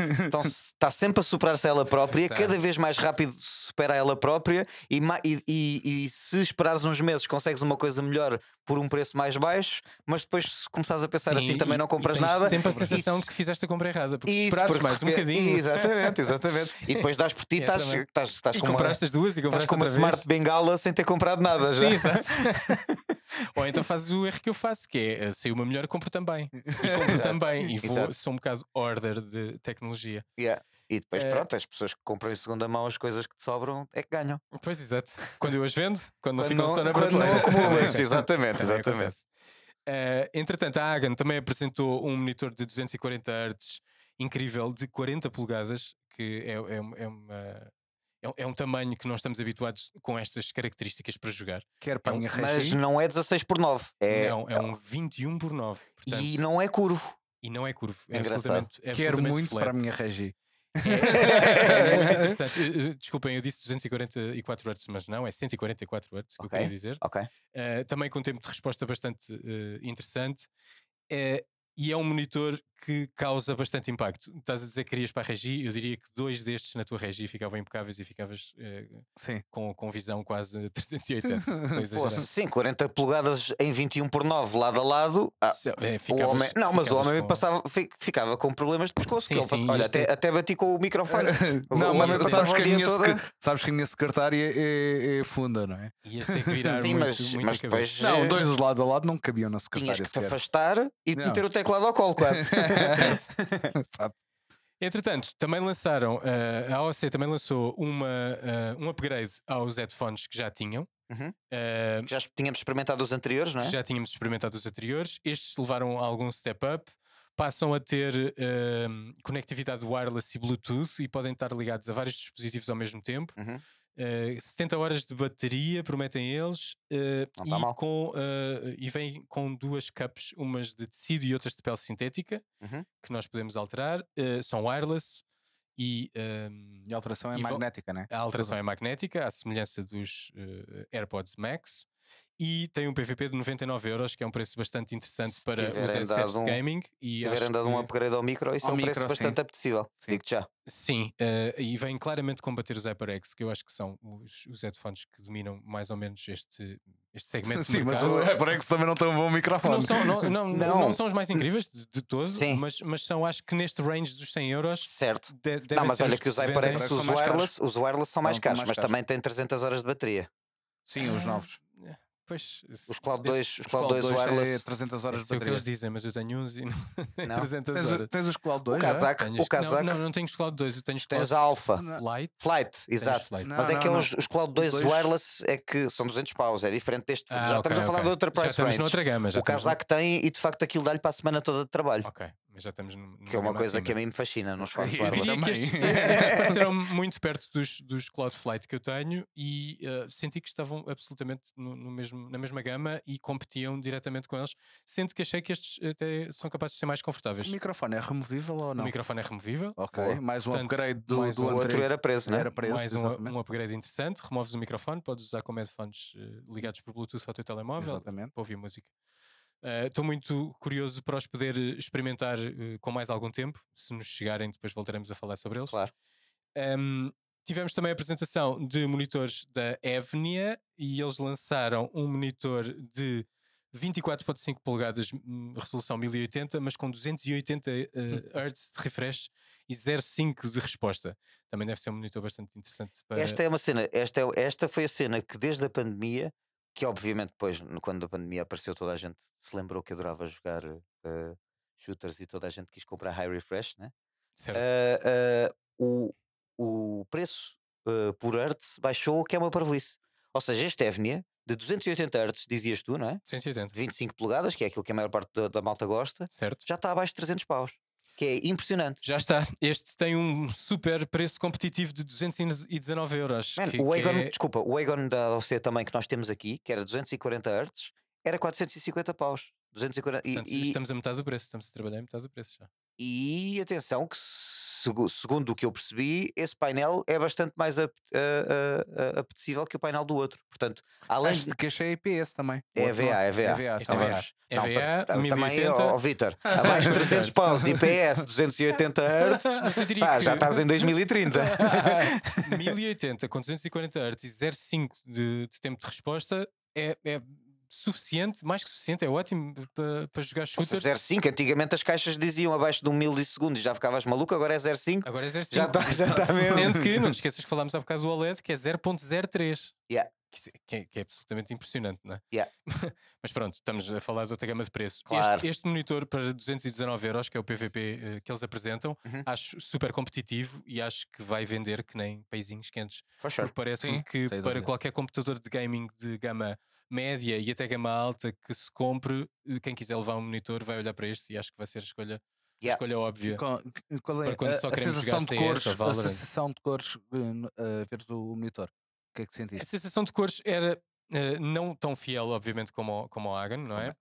é então, se- está sempre a superar-se a ela própria, Tá. cada vez mais rápido se supera a ela própria, e, ma- e, e- e se esperares uns meses consegues uma coisa melhor por um preço mais baixo, mas depois se começares a pensar Sim, assim também e- não compras e tens nada. Sempre a Isso- sensação de que fizeste a compra errada, porque isso, esperaste porque mais um repe- bocadinho Exatamente, exatamente. E depois dás por ti, É, estás, também. estás, estás e com uma, compraste as duas e estás compraste com uma outra vez. smart bengala sem ter comprado nada já. Sim, exato. Ou então fazes o erro que eu faço, que é eh, saiu uma melhor, compro também. E compro também. E vou, exato. sou um bocado order de tecnologia. Yeah. E depois, Eh, pronto, as pessoas que compram em segunda mão as coisas que te sobram é que ganham. Pois exato. Quando eu as vendo, quando não Quando ficam só na quando não prateleira. acumulas, exatamente, Também exatamente. acontece. Eh, entretanto, a Hagen também apresentou um monitor de 240 Hz incrível de 40 polegadas, que é, é, um- é uma- é um- é um tamanho que nós estamos habituados com estas características para jogar. Quer panha Mas recheio. não é 16 por 9. É, assim? não, é um 21 por 9. Portanto, e... e não é curvo. não é curvo. É Engraçado. absolutamente, é Quero absolutamente muito flat. para a minha regi. É muito interessante. Eh, eh, Desculpem, eu disse 244 words, mas não, é 144 words que Ok. eu queria dizer. ok. Eh, também com um tempo de resposta bastante eh, interessante. Eh, e é um monitor que causa bastante impacto. Estás a dizer que querias para a Regi, eu diria que dois destes na tua Regi ficavam impecáveis e ficavas eh, Sim. com, com visão quase 380. Estou a Pô, exagerar. sim, 40 polegadas em 21 por 9, lado a lado. Ah, Se- eh, o ficavas- homem, não, mas o ficavas homem com- passava, fi- ficava com problemas de pescoço. Sim, que ele passa- sim, olha, isto é- até, até bati com o microfone. O Não, mas homem passava sabes o que, a dia minha todo- secre- sabes que a minha secretária é, é funda, não é? Ias ter que virar Sim, muito, mas- muito mas a cabeça. depois- Não, Eh, dois de lado a lado não cabiam na Tinhas secretária que te sequer. afastar e Não. meter o teclado ao colo, quase. Sabe? Entretanto, também lançaram, eh, a AOC também lançou uma, eh, um upgrade aos headphones que já tinham. Uhum. Eh, Já tínhamos experimentado os anteriores, não é? Já tínhamos experimentado os anteriores, estes levaram a algum step up, passam a ter ehm, conectividade wireless e Bluetooth e podem estar ligados a vários dispositivos ao mesmo tempo. Uhum. Eh, 70 horas de bateria, prometem eles, eh, Não e, tá mal. com, eh, e vêm com duas cups, umas de tecido e outras de pele sintética, Uhum. que nós podemos alterar. Eh, são wireless e ehm, E a alteração é E vão- magnética, né? a alteração é magnética, à semelhança dos eh, AirPods Max, e tem um PVP de 99 euros, que é um preço bastante interessante Se para os tiverem headsets dado um- de gaming. E acho Tiverem dado um que- upgrade ao micro, isso Ao é um micro, preço sim. bastante apetecível. Sim. Digo-te já. Sim, eh, e vem claramente combater os HyperX, que eu acho que são os, os headphones que dominam mais ou menos este, este segmento Sim, de mas mercado. o Aprex também não tem um bom Que não microfone. são, não, não, não. Não. são os mais incríveis de, de todos, Sim. mas, mas são, acho que neste range dos 100 euros. Certo. de- devem não, mas ser olha os que os se vendem. HyperX, São os mais caros. wireless, os wireless são mais São caros, mais mas caros. também têm 300 horas de bateria. Sim, os novos. Pois, Os Cloud deve- 2, os Os Cloud 2 é wireless. 300 deve horas de ser o que eles bateria. dizem, mas eu tenho uns e não, Não. 300 Tens, horas. o- tens os Cloud é? 2? O casaco, Tenho o os- casaco, Não, não, não tenho os Cloud 2, eu tenho os tens Cloud a Alpha, Flight. Flight, Tenho os exato. Flight. Não, Mas é que não, Os, os Cloud 2 Dois- wireless é que são 200 paus, é diferente deste. Ah, já ok, estamos a falar ok. de outra Já price estamos range. noutra gama. Já O estamos casaco tem e de facto aquilo dá-lhe para a semana toda de trabalho, no- Ok, mas já estamos num- numa que é uma gama coisa acima. que a mim me fascina nos Cloud Eu Eu diria wireless. que Também. estes estes pareceram muito perto dos, dos Cloud Flight que eu tenho e eh, senti que estavam absolutamente no, no mesmo, na mesma gama e competiam diretamente com eles, sendo que achei que estes eh, até são capazes de ser mais confortáveis. O microfone é removível ou O não? microfone é removível, Ok, Boa. mais um Portanto, upgrade do, mais do um O outro anterior. era preso, não é? Era para esse, mais um, exatamente. um upgrade interessante, removes o microfone, podes usar como headphones eh, ligados por Bluetooth ao teu telemóvel, Exatamente. para ouvir música. Estou muito curioso para os poder eh, experimentar eh, com mais algum tempo. Se nos chegarem, depois voltaremos a falar sobre eles. Claro. Ahm, tivemos também a apresentação de monitores da Evnia e eles lançaram um monitor de 24,5 polegadas, hum, resolução 1080, mas com 280 eh, Hum. Hz de refresh e 0,5 de resposta. Também deve ser um monitor bastante interessante para. Esta é uma cena, esta, é- esta foi a cena que desde a pandemia, que obviamente depois, no- quando a pandemia apareceu, toda a gente se lembrou que adorava jogar eh, shooters e toda a gente quis comprar high refresh, né? Certo. Ah, ah, o, o preço ah, por hertz baixou, o que é uma parvoíce. Ou seja, este Evnia, de 280 hertz, dizias tu, não é? 280. 25 polegadas, que é aquilo que a maior parte da, da malta gosta, Certo. já está abaixo de 300 paus. Que é impressionante. Já está. Este tem um super preço competitivo de 219 euros. Man, que- o que Aegon, é- desculpa, o Aegon da AOC também que nós temos aqui, que era 240 Hz, era 450 paus. 240, e, portanto, e- estamos a metade do preço. Estamos a trabalhar em metade do preço já. e atenção, que segu- segundo o que eu percebi, esse painel é bastante mais ap- a- a- a- apetecível que o painel do outro. Portanto, além Acho de. que este é IPS também. O É outro VA, é VA. VA, Este Tá é bem. VA. Não, EVA, pa- também, 1080. ó, ó, Vítor, Ah, abaixo de 300 paus, IPS 280 Hz, Mas eu diria pá, já que- estás em 2030. 1080 com 240 Hz e 0,5 de, de tempo de resposta é, é suficiente, mais que suficiente, é ótimo para, para jogar Poxa, shooters. 0,5, antigamente as caixas diziam abaixo de um milissegundo e já ficavas maluco, agora é 0,5. Agora é 0,5. Já está, já está mesmo. Sendo que, não te esqueças que falámos há bocado do OLED, que é 0.03. Yeah. Que, se- que é, que é absolutamente impressionante, não é? Yeah. Mas pronto, estamos a falar de outra gama de preço. Claro. Este, este monitor para 219 euros, que é o PVP eh, que eles apresentam, Uhum. acho super competitivo e acho que vai vender que nem peizinhos quentes. For sure. Porque parece-me Sim, que sem para dúvida. qualquer computador de gaming de gama média e até gama alta que se compre, eh, quem quiser levar um monitor vai olhar para este e acho que vai ser a escolha, a Yeah. escolha óbvia. Qual, qual é Para quando a, só a queremos jogar sensação de CS cores? ou A Valorant. sensação de cores eh, no- a ver o monitor. O que é que A sentiste? sensação de cores era eh, não tão fiel, obviamente, como ao, como ao Hagen, não é?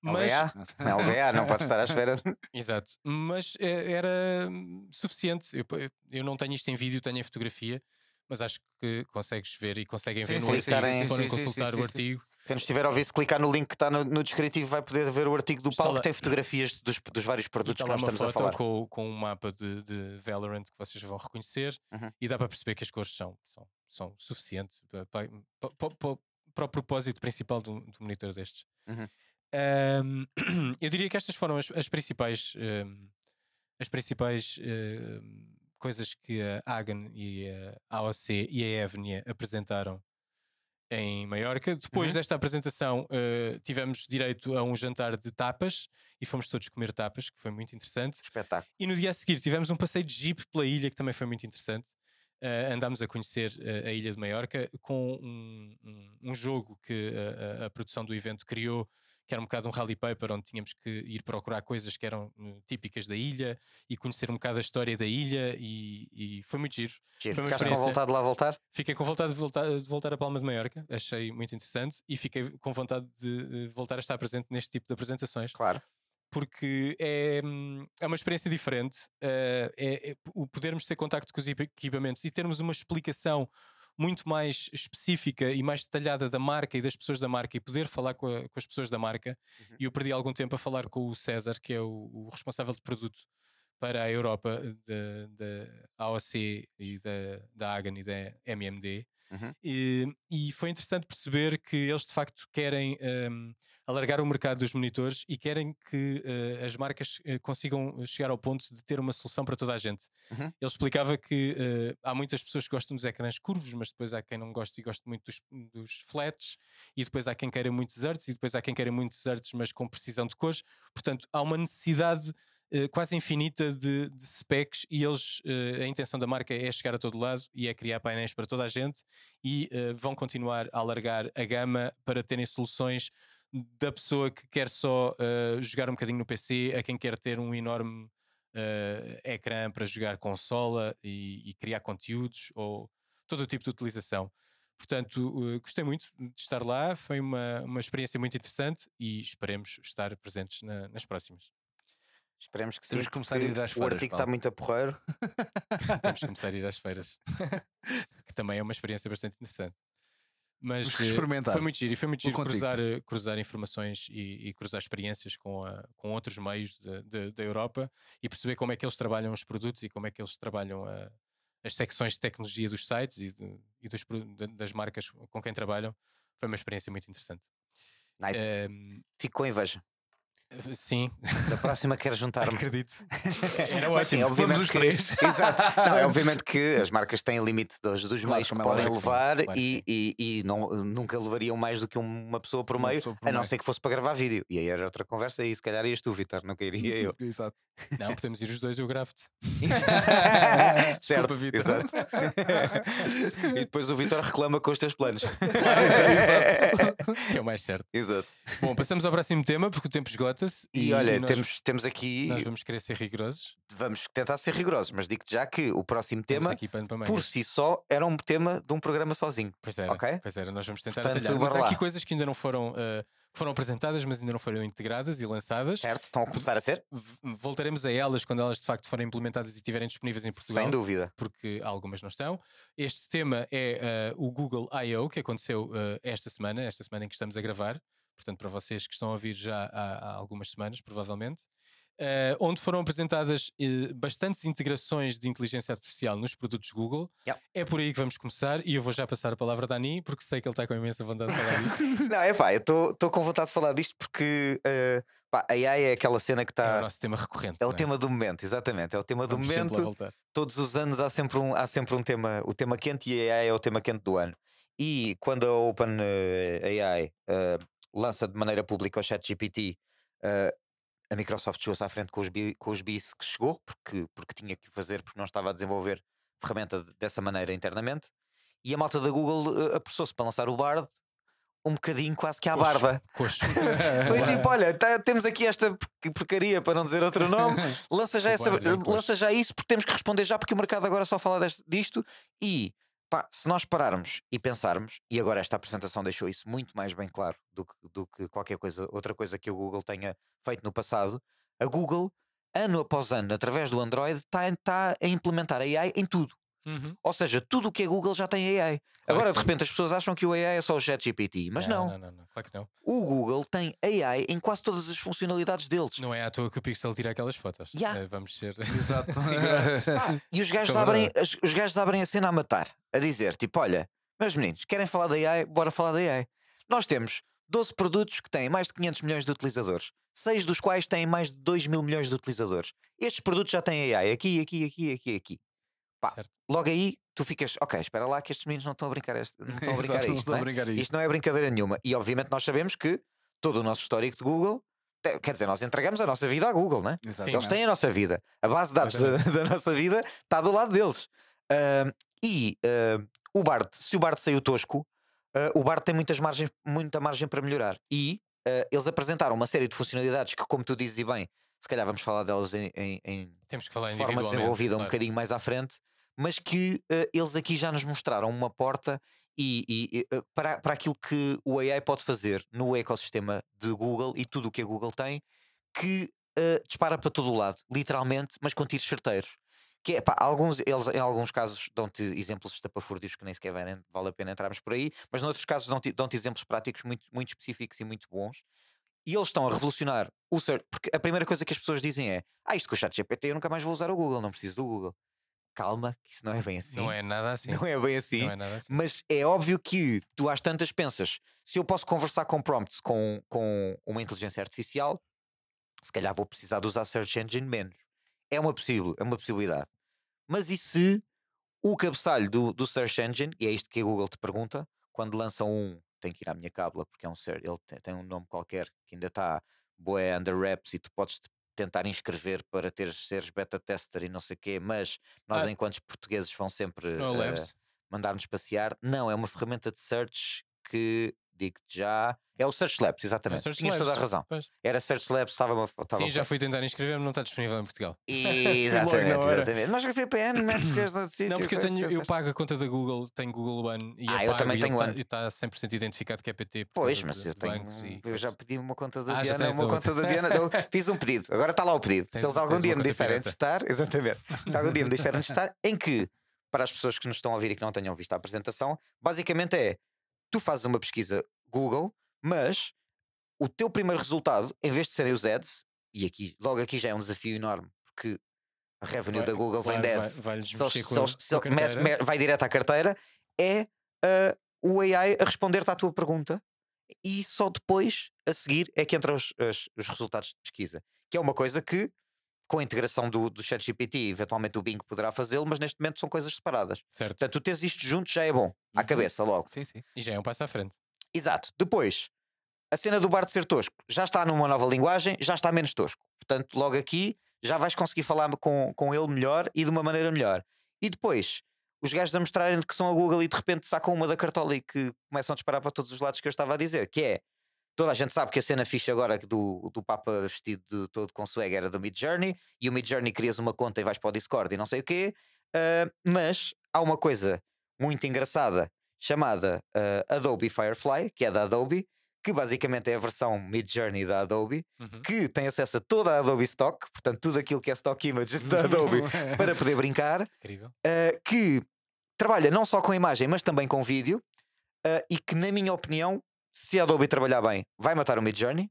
Mas, LVA? Não, LVA, não podes estar à espera. de- exato, mas eh, era hum, suficiente. Eu, eu não tenho isto em vídeo, tenho em fotografia, mas acho que consegues ver e conseguem Sim, ver no sim, artigo. clicarem- Se forem sim, sim, sim, consultar sim, o sim. artigo, Quem nos estiver a ouvir, se clicar no link que está no, no descritivo, vai poder ver o artigo do Está Paulo lá- que tem fotografias dos, dos vários produtos está que lá nós uma estamos a foto falar. com, com um mapa de, de Valorant que vocês vão reconhecer Uhum. e dá para perceber que as cores são, são, são suficientes pa- pa- pa- pa- pa- para, o propósito principal do, do monitor destes. Uhum. Ahm, eu diria que estas foram as, as principais. ahm, as principais eh, coisas que a Hagen e a AOC e a Evnia apresentaram em Maiorca. Depois Uhum. desta apresentação, eh, tivemos direito a um jantar de tapas e fomos todos comer tapas, que foi muito interessante. Espetáculo. E no dia a seguir tivemos um passeio de jeep pela ilha, que também foi muito interessante. Eh, andámos a conhecer eh, a ilha de Maiorca com um, um- um jogo que eh, a, a produção do evento criou, que era um bocado um rally paper, onde tínhamos que ir procurar coisas que eram eh, típicas da ilha e conhecer um bocado a história da ilha. E, e foi muito giro. Giro. Foi uma Ficaste com experiência. vontade de lá voltar? Fiquei com vontade de voltar, de voltar a Palma de Maiorca, achei muito interessante, e fiquei com vontade de eh, voltar a estar presente neste tipo de apresentações Claro. porque é, hum, é uma experiência diferente. eh, é, é o podermos ter contacto com os equi- equipamentos e termos uma explicação muito mais específica e mais detalhada da marca e das pessoas da marca e poder falar com, a- com as pessoas da marca. Uhum. E eu perdi algum tempo a falar com o César, que é o, o responsável de produto para a Europa da- da AOC e da, da Hagen e da MMD. Uhum. E, e foi interessante perceber que eles de facto querem hum, alargar o mercado dos monitores e querem que eh, as marcas eh, consigam chegar ao ponto de ter uma solução para toda a gente. Uhum. Ele explicava que eh, há muitas pessoas que gostam dos ecrãs curvos, mas depois há quem não gosta e gosta muito dos, dos flats, e depois há quem queira muitos artes, e depois há quem queira muitos artes, mas com precisão de cores. Portanto, há uma necessidade eh, quase infinita de, de specs, e eles, eh, a intenção da marca é chegar a todo lado e é criar painéis para toda a gente, e eh, vão continuar a alargar a gama para terem soluções da pessoa que quer só eh, jogar um bocadinho no PC a quem quer ter um enorme eh, ecrã para jogar consola e, e criar conteúdos ou todo o tipo de utilização. Portanto, eh, gostei muito de estar lá, foi uma, uma experiência muito interessante e esperemos estar presentes na- nas próximas. Esperemos que sim. Temos que começar a é que ir às O feiras, artigo Paulo. está muito a porreiro. Temos que começar a ir às feiras, que também é uma experiência bastante interessante. Mas Temos que eh, experimentar. foi muito giro, e foi muito Vou giro contigo. cruzar, eh, cruzar informações e, e cruzar experiências com, a- com outros meios de- de- da Europa e perceber como é que eles trabalham os produtos e como é que eles trabalham a- as secções de tecnologia dos sites e, de- e dos pro- da- das marcas com quem trabalham. Foi uma experiência muito interessante. Nice. Ehm, Fico com inveja. sim, Da próxima quero juntar-me. acredito. Era Mas Tá sim, ótimo. obviamente Vamos os que- três. Exato. Não, é obviamente que as marcas têm limite dos, dos Claro, meios que como é lógico podem que sim, levar claro que e, e, e não, nunca levariam mais do que uma pessoa por Uma meio, pessoa por a não meio. ser que fosse para gravar vídeo. E aí era outra conversa, e se calhar ias tu, Vitor, não iria eu. Exato. Não, podemos ir os dois, eu gravo-te. certo, Vitor. exato. e depois o Vitor reclama com os teus planos. que é o mais certo. Exato. Bom, passamos ao próximo tema, porque o tempo esgota-se. E, olha, nós, temos, temos aqui, nós vamos querer ser rigorosos. vamos tentar ser rigorosos, mas digo-te já que o próximo Temos tema, aqui pano para manga. por si só, era um tema de um programa sozinho. Pois era, Ok. pois era, nós vamos tentar Portanto, detalhar. Mas bora há aqui lá. coisas que ainda não foram, ah, que foram apresentadas, mas ainda não foram integradas e lançadas. Certo? Estão a começar a ser? V- Voltaremos a elas quando elas de facto forem implementadas e estiverem disponíveis em Portugal. Sem dúvida. Porque algumas não estão. Este tema é ah, o Google I.O., que aconteceu ah, esta semana, esta semana em que estamos a gravar. Portanto, para vocês que estão a ouvir já há, há algumas semanas, provavelmente. ah, onde foram apresentadas eh, bastantes integrações de inteligência artificial nos produtos Google. Yep. É por aí que vamos começar e eu vou já passar a palavra a Dani, porque sei que ele está com imensa vontade de falar disto. Não, é pá, eu estou com vontade de falar disto porque eh, pá, a AI é aquela cena que É o está. nosso tema recorrente. É o não tema do momento, exatamente. É o tema do Vamos sempre lá momento. voltar. Todos os anos há sempre, um, há sempre um tema, o tema quente e a AI é o tema quente do ano. E quando a Open eh, AI eh, lança de maneira pública o ChatGPT, eh, a Microsoft chegou-se à frente com os, bi- com os bis que chegou, porque, porque tinha que o fazer, porque não estava a desenvolver ferramenta de- dessa maneira internamente. E a malta da Google eh, apressou-se para lançar o Bard um bocadinho quase que à Coxo. barba. Coxo. Foi tipo, olha, tá- temos aqui esta p- porcaria para não dizer outro nome, lança já, O essa- Bard vem com lança já isso porque temos que responder já, porque o mercado agora só fala deste- disto e Pá, se nós pararmos e pensarmos, e agora esta apresentação deixou isso muito mais bem claro do que, do que qualquer coisa, outra coisa que o Google tenha feito no passado, a Google, ano após ano, através do Android, está a implementar AI em tudo. Uhum. Ou seja, tudo o que é Google já tem AI. Agora, que de sim. repente, as pessoas acham que o AI é só o ChatGPT, mas não. não, não, não. Claro que não. O Google tem AI em quase todas as funcionalidades deles. Não é à toa que o Pixel tira aquelas fotos. Ya. Eh, vamos ser. Exato. Pá, e os gajos, Isso é abrem, as- os gajos abrem a cena a matar, a dizer: tipo, olha, meus meninos, querem falar da AI? Bora falar da AI. Nós temos 12 produtos que têm mais de 500 milhões de utilizadores, 6 dos quais têm mais de 2 mil milhões de utilizadores. Estes produtos já têm AI aqui, aqui, aqui, aqui, aqui. Pá, Certo. logo aí tu ficas: ok, espera lá que estes meninos não estão a brincar, este, não estão a brincar a Exato, não isto. estou não a é? brincar a isto. Isto não é brincadeira nenhuma. E obviamente nós sabemos que todo o nosso histórico de Google, te- quer dizer, nós entregamos a nossa vida à Google, não é? Exato. Sim, Eles têm a nossa vida. A base de dados da, da nossa vida está do lado deles. Ahm, e ahm, o Bard, se o Bard saiu tosco, ah, o Bard tem muitas margens, muita margem para melhorar. E ah, eles apresentaram uma série de funcionalidades que, como tu dizes e bem, se calhar vamos falar delas em- em- em Temos que falar de forma individualmente. desenvolvida um claro. bocadinho mais à frente, mas que eh, eles aqui já nos mostraram uma porta e, e- e, eh, para, para aquilo que o AI pode fazer no ecossistema de Google e tudo o que a Google tem, que eh, dispara para todo o lado, literalmente, mas com tiros certeiros. Que é, pá, alguns, eles em alguns casos dão-te exemplos estapafúrdios que nem sequer valem- vale a pena entrarmos por aí, mas noutros casos dão-te dão-te exemplos práticos muito, muito específicos e muito bons. E eles estão a revolucionar o search, porque a primeira coisa que as pessoas dizem é: Ah, isto com o chat GPT eu nunca mais vou usar o Google, não preciso do Google. Calma, que isso não é bem assim. Não é nada assim. Não é bem assim. Não é nada assim. Mas é óbvio que tu às tantas pensas, se eu posso conversar com prompts com, com uma inteligência artificial, se calhar vou precisar de usar search engine menos. É uma, possível, é uma possibilidade. Mas e se o cabeçalho do, do search engine, e é isto que a Google te pergunta, quando lançam um, tem que ir à minha cábula, porque é um ser, ele te- tem um nome qualquer que ainda está boé under wraps e tu podes te tentar inscrever para teres, seres beta tester e não sei o quê, mas nós, Ah. enquanto portugueses, vão sempre. Não é eh, labs. mandar-nos passear. Não, é uma ferramenta de search que, digo-te já, é o Search Labs, É exatamente. Search Tinhas toda a Labs. razão. Tá Pois. Era Search Labs, estava uma foto. Sim, já fui tentar inscrever-me, não está disponível em Portugal. logo Exatamente, na hora. exatamente. Mas o VPN, metes que és noutro sítio. Não, porque eu, coisa, tenho, eu coisa. pago a conta da Google, tenho Google One e é Ah, eu pago também e tá tenho ele One. Está 100% identificado que é PT. por Pois, causa mas de eu tenho. um- bancos e Eu coisas. já pedi uma conta da Ah, já Diana, tens uma outra. conta da Diana. eu fiz um pedido, agora está lá o pedido. Tens- se eles algum tens dia uma me conta disserem de pirata. estar, exatamente. Se algum dia me disserem de estar, em que, para as pessoas que nos estão a ouvir e que não tenham visto a apresentação, basicamente é: tu fazes uma pesquisa Google, mas o teu primeiro resultado, em vez de serem os ads, e aqui, logo aqui já é um desafio enorme, porque a revenue Vai- da Google vem claro, de vai- ads. vai-lhes se eles- mexer se com a- eles- se com a eles- mete- carteira. me- vai direto à carteira, é ah, o AI a responder-te à tua pergunta e só depois, a seguir, é que entram os, as- os resultados de pesquisa. Que é uma coisa que, com a integração do, do ChatGPT, eventualmente o Bing poderá fazê-lo, mas neste momento são coisas separadas. Certo. Portanto, tu tens isto junto já é bom, à Uhum. cabeça logo. Sim, sim. E já é um passo à frente. Exato. Depois, a cena do bar de ser tosco já está numa nova linguagem, já está menos tosco. Portanto, logo aqui já vais conseguir falar com, com ele melhor e de uma maneira melhor. E depois, os gajos a mostrarem que são a Google e de repente sacam uma da cartola e que começam a disparar para todos os lados que eu estava a dizer, que é. Toda a gente sabe que a cena fixe agora do, do Papa vestido de- todo com swag era do Mid Journey, e o Mid Journey crias uma conta e vais para o Discord e não sei o quê, ah, mas há uma coisa muito engraçada chamada ah, Adobe Firefly, que é da Adobe, que basicamente é a versão mid-journey da Adobe, Uhum. que tem acesso a toda a Adobe Stock, portanto, tudo aquilo que é Stock Images da Adobe, para poder brincar, Incrível. ah, que trabalha não só com imagem, mas também com vídeo, ah, e que, na minha opinião, se a Adobe trabalhar bem, vai matar o Midjourney.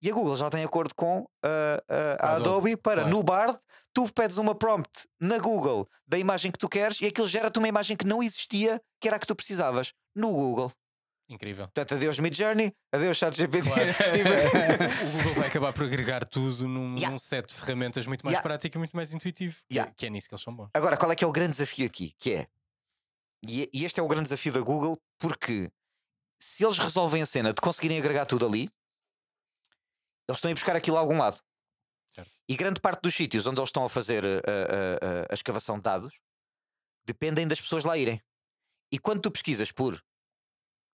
E a Google já tem acordo com ah, ah, a A Adobe, Adobe, para claro. no Bard tu pedes uma prompt na Google da imagem que tu queres e aquilo gera-te uma imagem que não existia, que era a que tu precisavas no Google. Incrível. Portanto, adeus Midjourney, adeus ChatGPT. Claro. Tipo, o Google vai acabar por agregar tudo num, Yeah. num set de ferramentas muito mais Yeah. prático e muito mais intuitivo. que- Yeah. Que, é nisso que eles são bons. Agora, qual é que é o grande desafio aqui? Que é, e, e este é o grande desafio da Google, porque se eles resolvem a cena de conseguirem agregar tudo ali, eles estão a ir buscar aquilo a algum lado. Certo. E grande parte dos sítios onde eles estão a fazer uh, uh, uh, a escavação de dados dependem das pessoas lá irem. E quando tu pesquisas por,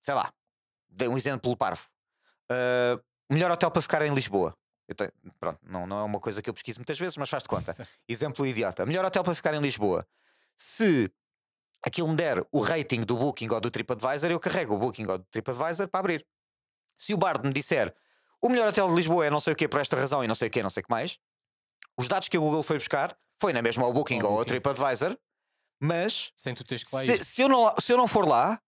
sei lá, dei um exemplo parvo, uh, melhor hotel para ficar em Lisboa. Eu tenho- pronto, não, não é uma coisa que eu pesquiso muitas vezes, mas faz de conta. Certo. Exemplo idiota. Melhor hotel para ficar em Lisboa. Se aquilo me der o rating do Booking ou do TripAdvisor, eu carrego o Booking ou do TripAdvisor para abrir. Se o Bard me disser o melhor hotel de Lisboa é não sei o quê por esta razão e não sei o quê, não sei o que mais, os dados que o Google foi buscar foi na mesma ao Booking Ao ou ao Booking. TripAdvisor, mas Sem tu teres que lá ir. se, se eu não, se eu não for lá,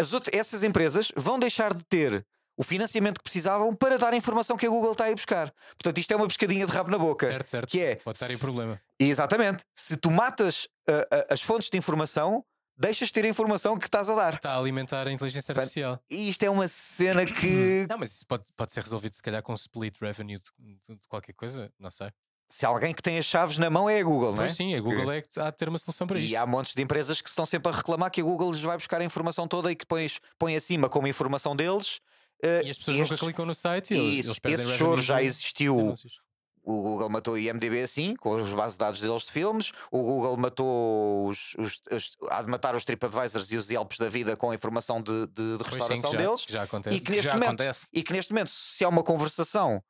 as outras- essas empresas vão deixar de ter o financiamento que precisavam para dar a informação que a Google está a ir buscar. Portanto, isto é uma pescadinha de rabo na boca. Certo, certo. Que é. Pode estar em se- problema. Exatamente. Se tu matas ah, ah, as fontes de informação, deixas de ter a informação que estás a dar. Está a alimentar a inteligência Espera. artificial. E isto é uma cena que. Não, mas isso pode, pode ser resolvido se calhar com um split revenue de, de- de qualquer coisa, não sei. Se alguém que tem as chaves na mão é a Google, não é? Pois sim, a Google é que há de ter uma solução para E isso. há montes de empresas que estão sempre a reclamar que a Google lhes vai buscar a informação toda e que pões, põe acima como informação deles. ah, E as pessoas estes- nunca clicam no site e eles, Isso, eles perdem esse revenue choro já de- de existiu. anúncios. O Google matou o IMDB assim, com as bases de dados deles de filmes. O Google matou os. os, os há de matar os TripAdvisors e os Yelps da vida com a informação de, de- de Pois sim, que restauração já, deles. que já acontece. e que neste já momento- acontece. E que neste momento, se há uma conversação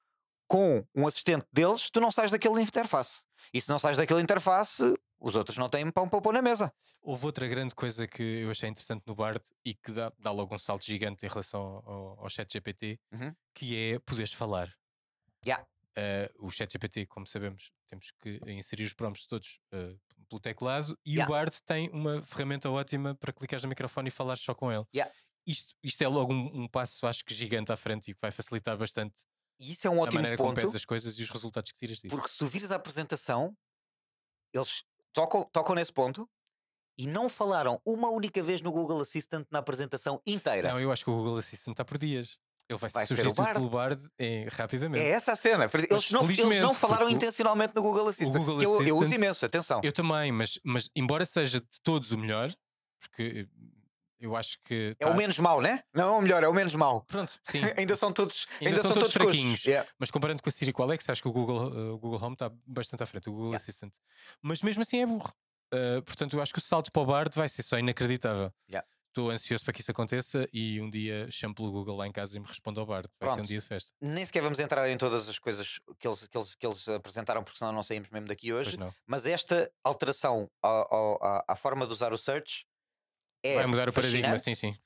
com um assistente deles, tu não sais daquela interface. E se não sais daquela interface, os outros não têm pão para pôr na mesa. Houve outra grande coisa que eu achei interessante no Bard e que dá, dá logo um salto gigante em relação ao, ao- ao chat GPT, Uhum. que é poderes falar. Ya. Eh, o chat GPT, como sabemos, temos que inserir os prompts todos eh, pelo teclado e Ya. o Bard tem uma ferramenta ótima para clicares no microfone e falares só com ele. Ya. Isto, isto é logo um, um passo, acho que gigante à frente e que vai facilitar bastante E isso é um a ótimo maneira como ponto. pedes as coisas e os resultados que tiras disso. Porque se tu vires a apresentação, eles tocam, tocam nesse ponto e não falaram uma única vez no Google Assistant na apresentação inteira. Não, eu acho que o Google Assistant está por dias. Ele vai, Vai ser o ser substituído Bard. pelo Bard eh, rapidamente. É essa a cena. Por exemplo, Mas Eles não, eles não felizmente, falaram porque o- intencionalmente no Google Assistant. Google que eu, eu uso Assistant- imenso, atenção. Eu também, mas, mas embora seja de todos o melhor, porque eh, eu acho que. É o tá- menos mau, né? Não é o melhor, é o menos mau. Pronto, sim. ainda são todos, Ainda ainda, são são, todos coxos. fraquinhos. Yeah. mas comparando com a Siri com o Alexa, acho que o Google, eh, o Google Home está bastante à frente, o Google Yeah. Assistant. Mas mesmo assim é burro. Eh, portanto, eu acho que o salto para o Bard vai ser só inacreditável. Yeah. Estou ansioso para que isso aconteça e um dia chamo pelo Google lá em casa e me responda ao Bard. Vai ser um Pronto. dia de festa. Nem sequer vamos entrar em todas as coisas que eles, que eles, que eles apresentaram, porque senão não saímos mesmo daqui hoje. Pois não. Mas esta alteração ao- ao- à, à forma de usar o search é vai mudar o paradigma, fascinante. sim, sim.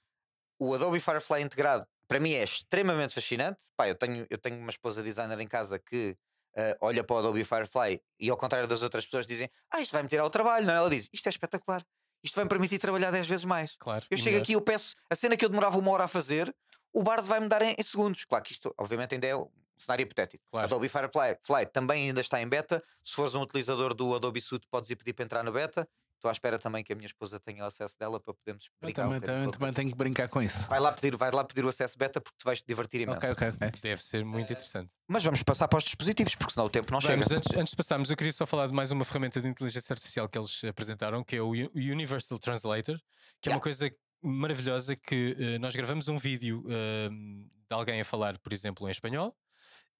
O Adobe Firefly integrado, para mim, é extremamente fascinante. Pá, eu, tenho, eu tenho uma esposa designer em casa que ah, olha para o Adobe Firefly e, ao contrário das outras pessoas, dizem: Ah, isto vai me tirar o trabalho. Não, ela diz: Isto é espetacular. Isto vai me permitir trabalhar 10 vezes mais. Claro. Eu e chego melhor. aqui, eu peço a cena que eu demorava uma hora a fazer, o Bard vai-me dar em, em segundos. Claro que isto, obviamente, ainda é um cenário hipotético. Claro. Adobe Firefly Fly também ainda está em beta. Se fores um utilizador do Adobe Suite, podes ir pedir para entrar no beta. Estou à espera também que a minha esposa tenha o acesso dela para podermos Eu brincar. um também, bocadinho também, com a também coisa. tenho que brincar com isso. Vai lá, pedir, vai lá pedir o acesso beta porque tu vais te divertir imenso. Ok, ok, ok. Deve ser eh, muito interessante. Mas vamos passar para os dispositivos, porque senão o tempo não chega. Vamos, antes, antes de passarmos, eu queria só falar de mais uma ferramenta de inteligência artificial que eles apresentaram, que é o U- Universal Translator, que é uma Yeah. coisa maravilhosa que eh, nós gravamos um vídeo eh, de alguém a falar, por exemplo, em espanhol,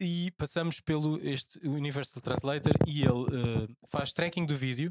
e passamos pelo este Universal Translator e ele eh, faz tracking do vídeo,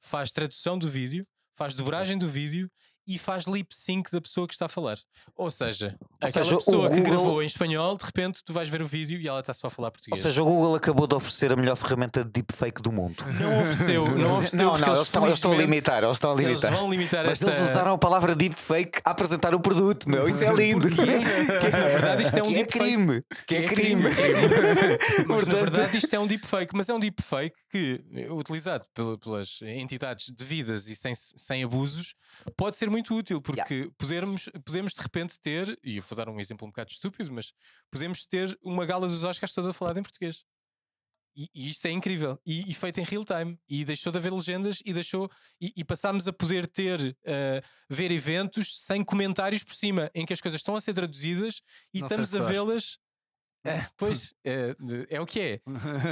faz tradução do vídeo, faz dobragem do vídeo e faz lip sync da pessoa que está a falar. Ou seja, aquela seja, o pessoa que Google- gravou em espanhol, de repente tu vais ver o vídeo e ela está só a falar português. Ou seja, o Google acabou de oferecer a melhor ferramenta de deepfake do mundo. Não ofereceu, não ofereceu. não, porque não, eles estão, eles estão a felizmente, limitar, eles estão a Eles limitar. vão limitar Mas esta. é- eles usaram a palavra deepfake a apresentar o produto, meu. Isso é lindo. Que é- que é que na verdade isto é um que é deepfake. crime. Que é crime. Mas na Portanto- verdade isto é um deepfake, mas é um deepfake que, eh, utilizado pel- pelas entidades devidas e sem, sem abusos, pode ser muito útil, porque podermos, podemos de repente ter, e eu vou dar um exemplo um bocado estúpido, mas podemos ter uma gala dos Oscars toda falada em português. E, e isto é incrível. E, e feito em real time. E deixou de haver legendas e deixou. E, e passámos a poder ter eh, ver eventos sem comentários por cima, em que as coisas estão a ser traduzidas e Não sei estamos se a gosto. vê-las. Ah, pois é, de- é o que é.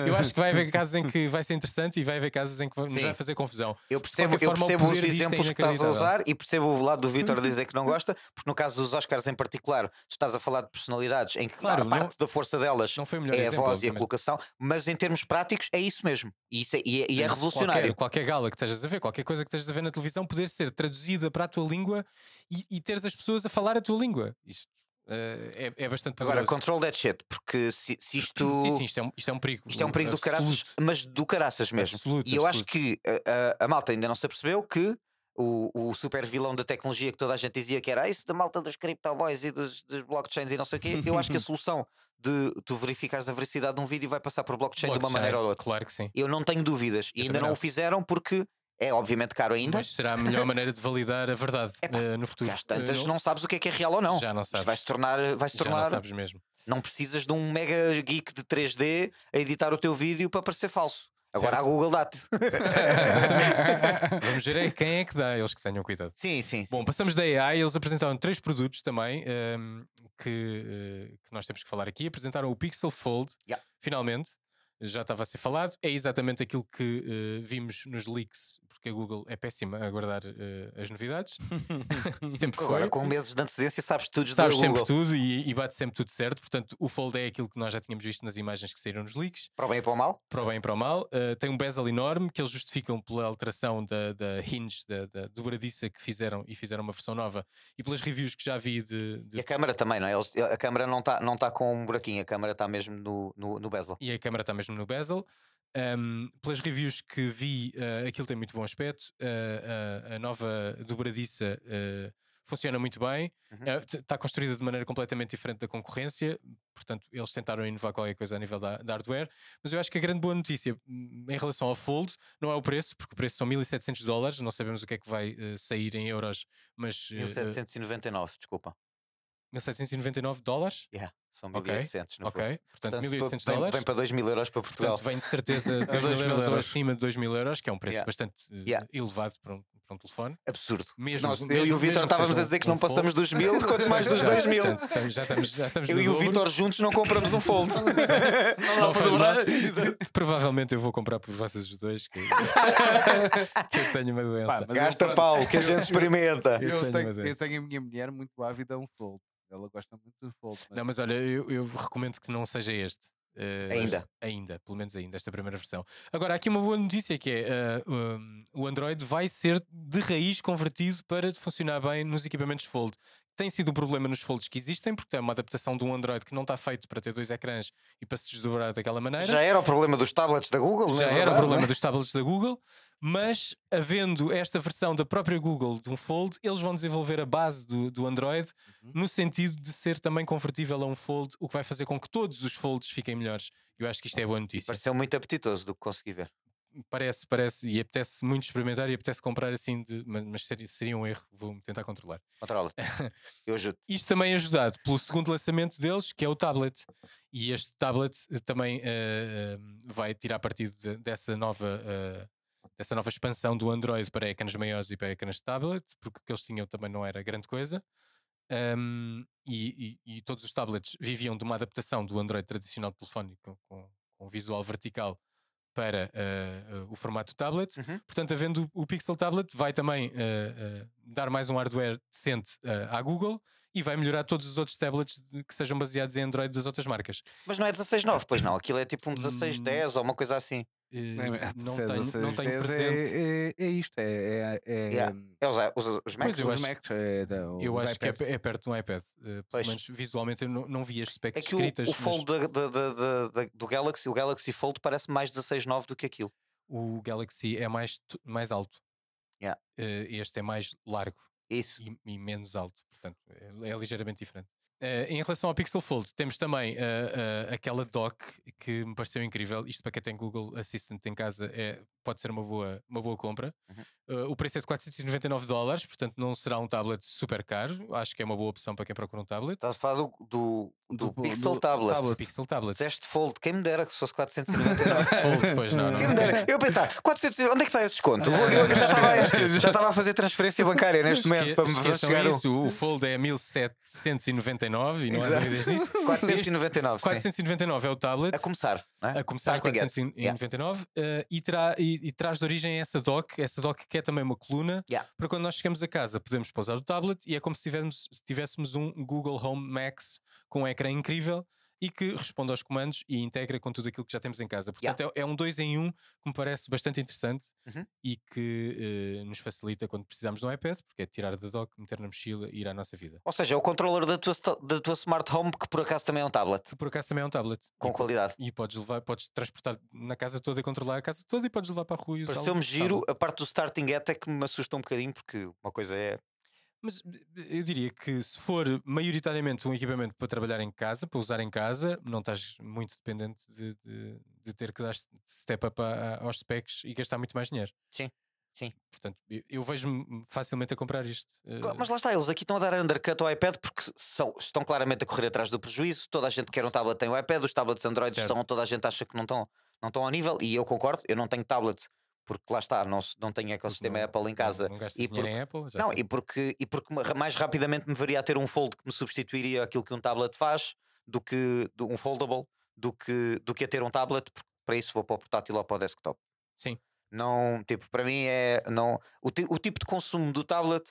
Eu acho que vai haver casos em que vai ser interessante e vai haver casos em que nos Sim. vai fazer confusão. Eu percebo, qualquer eu forma, o percebo os poder disto é exemplos que estás a inacreditável. usar e percebo o lado do Vitor dizer que não gosta, porque no caso dos Oscars em particular, tu estás a falar de personalidades em que Claro, claro, não- parte da força delas Não foi o melhor é a exemplo, voz e a obviamente. colocação, mas em termos práticos é isso mesmo. E, isso é, e é- e é Sim, Qualquer, revolucionário. qualquer gala que estejas a ver, qualquer coisa que estejas a ver na televisão, poder ser traduzida para a tua língua e, e teres as pessoas a falar a tua língua. Isto eh, é, é bastante Agora, poderoso. control that shit, porque se, se isto. Sim, sim, isto é um, isto é um perigo. Isto é um perigo do caraças, absoluto. mas do caraças mesmo. Absoluto, e eu acho absoluto. que a, a- a malta ainda não se apercebeu que o, o super vilão da tecnologia que toda a gente dizia que era "Ah, isso da malta dos cryptoboys e dos, dos blockchains e não sei o quê. Eu acho que a solução de tu verificares a veracidade de um vídeo vai passar por blockchain, de uma Blockchain, maneira ou outra. Claro que sim. Eu não tenho dúvidas. Eu e ainda também não não. o fizeram porque é obviamente caro ainda. Mas será a melhor maneira de validar a verdade Epá, eh, no futuro. Porque às tantas Eh, não sabes o que é que é real ou não. Já não Isto sabes. vai se tornar, vai -se Já não tornar sabes mesmo. Não precisas de um mega geek de 3D a editar o teu vídeo para parecer falso. Agora Certo. a Google dá-te. Vamos ver é quem é que dá, eles que tenham cuidado. sim, sim. Bom, passamos da AI, eles apresentaram três produtos também ehm, que, eh, que nós temos que falar aqui. Apresentaram o Pixel Fold, Yeah. finalmente, já estava a ser falado. É exatamente aquilo que eh, vimos nos leaks, porque a Google é péssima a guardar eh, as novidades. sempre foi. Agora com meses de antecedência sabes tudo da Sabes Google. sempre tudo e, e bate sempre tudo certo. Portanto, o Fold é aquilo que nós já tínhamos visto nas imagens que saíram nos leaks, Para o bem e para o mal. para o bem e para o mal. Uh, tem um bezel enorme que eles justificam pela alteração da, da hinge, da, da dobradiça que fizeram e fizeram uma versão nova e pelas reviews que já vi de. de- E a câmara também, não é? Eles- a câmara não está não tá com um buraquinho, a câmara está mesmo no, no, no bezel. E a câmera está mesmo no bezel. Um, pelas reviews que vi, uh, aquilo tem muito bom aspecto. Uh, uh, a nova dobradiça uh, funciona muito bem. Ah, Uhum. Está construída de maneira completamente diferente da concorrência. Portanto, eles tentaram inovar qualquer coisa a nível da, da hardware. Mas eu acho que a grande boa notícia hum, em relação ao Fold não é o preço, porque o preço são 1700 dólares. Não sabemos o que é que vai eh, sair em euros, mas. eh, eh, 1799, desculpa. 1799 dólares? Yeah, são Ok, 1800, não foi? Ok, portanto, 1800 vem, dólares. Vem para 2 mil euros para Portugal. Portanto, vem de certeza 2 dois mil mil euros ou euros. acima de 2 mil euros, que é um preço Yeah. bastante eh, Yeah. elevado para um, para um telefone. Absurdo. Mesmo- Nós- eu mesmo- e o mesmo Vitor que estávamos seja a um- dizer que um não passamos dos mil, quanto mais dos Já, 2 mil. portanto, estamos- já estamos, já estamos Eu no e o dobro. Vitor juntos não compramos um fold. Não faz mal. Exato. Provavelmente eu vou comprar por vocês os dois, que, que eu tenho uma doença. Pá, mas eu- Gasta pau, que a gente experimenta. Eu tenho Eu uma tenho, eu dessas. tenho a minha mulher muito ávida a um fold. Ela gosta muito do fold. mas- Não, mas olha, eu, eu recomendo que não seja este. Eh, Ainda. Ainda, pelo menos ainda, esta primeira versão. Agora, há aqui uma boa notícia que é eh, um, o Android vai ser de raiz convertido para funcionar bem nos equipamentos Fold. Tem sido um problema nos folds que existem, porque é uma adaptação de um Android que não está feito para ter dois ecrãs e para se desdobrar daquela maneira. Já era o problema dos tablets da Google, não Já é era o verdade, problema não é? dos tablets da Google, mas havendo esta versão da própria Google de um Fold, eles vão desenvolver a base do, do Android no sentido de ser também convertível a um Fold, o que vai fazer com que todos os Folds fiquem melhores. Eu acho que isto é boa notícia. Pareceu muito apetitoso do que consegui ver. Parece, parece, e apetece muito experimentar e apetece comprar assim, de, mas, mas seria, seria um erro, vou tentar controlar. Controla. Eu ajudo. Isto também é ajudado pelo segundo lançamento deles, que é o tablet. E este tablet eh, também eh, eh, vai tirar partido de- dessa nova. eh, dessa nova expansão do Android para ecrãs maiores e para ecrãs de tablet, porque o que eles tinham também não era grande coisa. Ahm, e, e- e todos os tablets viviam de uma adaptação do Android tradicional telefónico com, com visual vertical para eh, eh, o formato tablet. Uhum. Portanto, havendo o Pixel Tablet, vai também eh, eh, dar mais um hardware decente eh, à Google e vai melhorar todos os outros tablets de- que sejam baseados em Android das outras marcas. Mas não é 16,9, pois não. Aquilo é tipo um 16,10 ou uma coisa assim. Eh, É, não, seis, tenho, seis, não tenho dez presente. É, é, é isto, é, é, é Yeah. É os, os, os Macs. Pois eu os acho- Macs, é, da- Eu os acho que é, iPads. pe- é perto de um iPad. eh, pelo Pois. menos visualmente eu não, não vi as É specs que escritas. o, o mas Fold da- da- da- da- da- do Galaxy, o Galaxy Fold parece mais 16,9 do que aquilo. o Galaxy é mais, tu- mais alto. Yeah. Eh, este é mais largo É Isso. e, e menos alto. Portanto, é, é ligeiramente diferente. Eh, em relação ao Pixel Fold, temos também eh, eh, aquela dock que me pareceu incrível. Isto para quem tem Google Assistant em casa é, pode ser uma boa, uma boa compra. Uhum. Eh, o preço é de 499 dólares, portanto não será um tablet super caro. Acho que é uma boa opção para quem procura um tablet. Estás a falar do, do, do, Do- Pixel do Tablet. tablet. Pixel Tablet. Deste Fold, quem me dera que fosse 499. Fold, pois não, não. Quem me dera. Eu pensar, 400, onde é que está esse desconto? Vou- eu já estava- já estava a fazer transferência bancária neste momento Esque- para me esqueçam chegar um. isso, o Fold é 1799 e não há Exato. dúvidas disso. 499, sim. 499 é o tablet, A começar, não é? a começar Starting at, 499 eh, e, terá, e, e traz de origem essa dock, essa dock que é também uma coluna, Yeah. para quando nós chegamos a casa podemos pousar o tablet e é como se tivéssemos, tivéssemos um Google Home Max com um ecrã incrível e que responde aos comandos e integra com tudo aquilo que já temos em casa. Portanto, é, é um dois em um que me parece bastante interessante Uhum. e que eh, nos facilita quando precisamos de um iPad, porque é tirar da dock, meter na mochila e ir à nossa vida. Ou seja, é o controller da tua, sta- da tua smart home, que por acaso também é um tablet, Que por acaso também é um tablet. com E- qualidade. E podes levar, podes transportar na casa toda e controlar a casa toda e podes levar para a rua e usar. Pareceu-me giro, a parte do starting at é que me assusta um bocadinho, porque uma coisa é. Mas b- b- eu diria que se for maioritariamente um equipamento para trabalhar em casa, para usar em casa, não estás muito dependente de, de- de ter que dar s- step up a- a- aos specs e gastar muito mais dinheiro. Sim, sim. Portanto, eu, eu vejo-me facilmente a comprar isto. eh, Mas lá está, eles aqui estão a dar undercut ao iPad porque são- estão claramente a correr atrás do prejuízo. Toda a gente que quer um tablet tem o iPad, os tablets Android Certo. estão, toda a gente acha que não estão, não estão ao nível, e eu concordo, eu não tenho tablet, porque lá está, não, se- não tenho porque ecossistema não- Apple em casa. Não, não gastas e dinheiro em Apple. já Não, sei. e porque, e porque ma- mais rapidamente me veria a ter um fold que me substituiria aquilo que um tablet faz do que do- um foldable do que, do que a ter um tablet, porque para isso vou para o portátil ou para o desktop. Sim. Não, tipo, para mim é. Não, o, ti- o tipo de consumo do tablet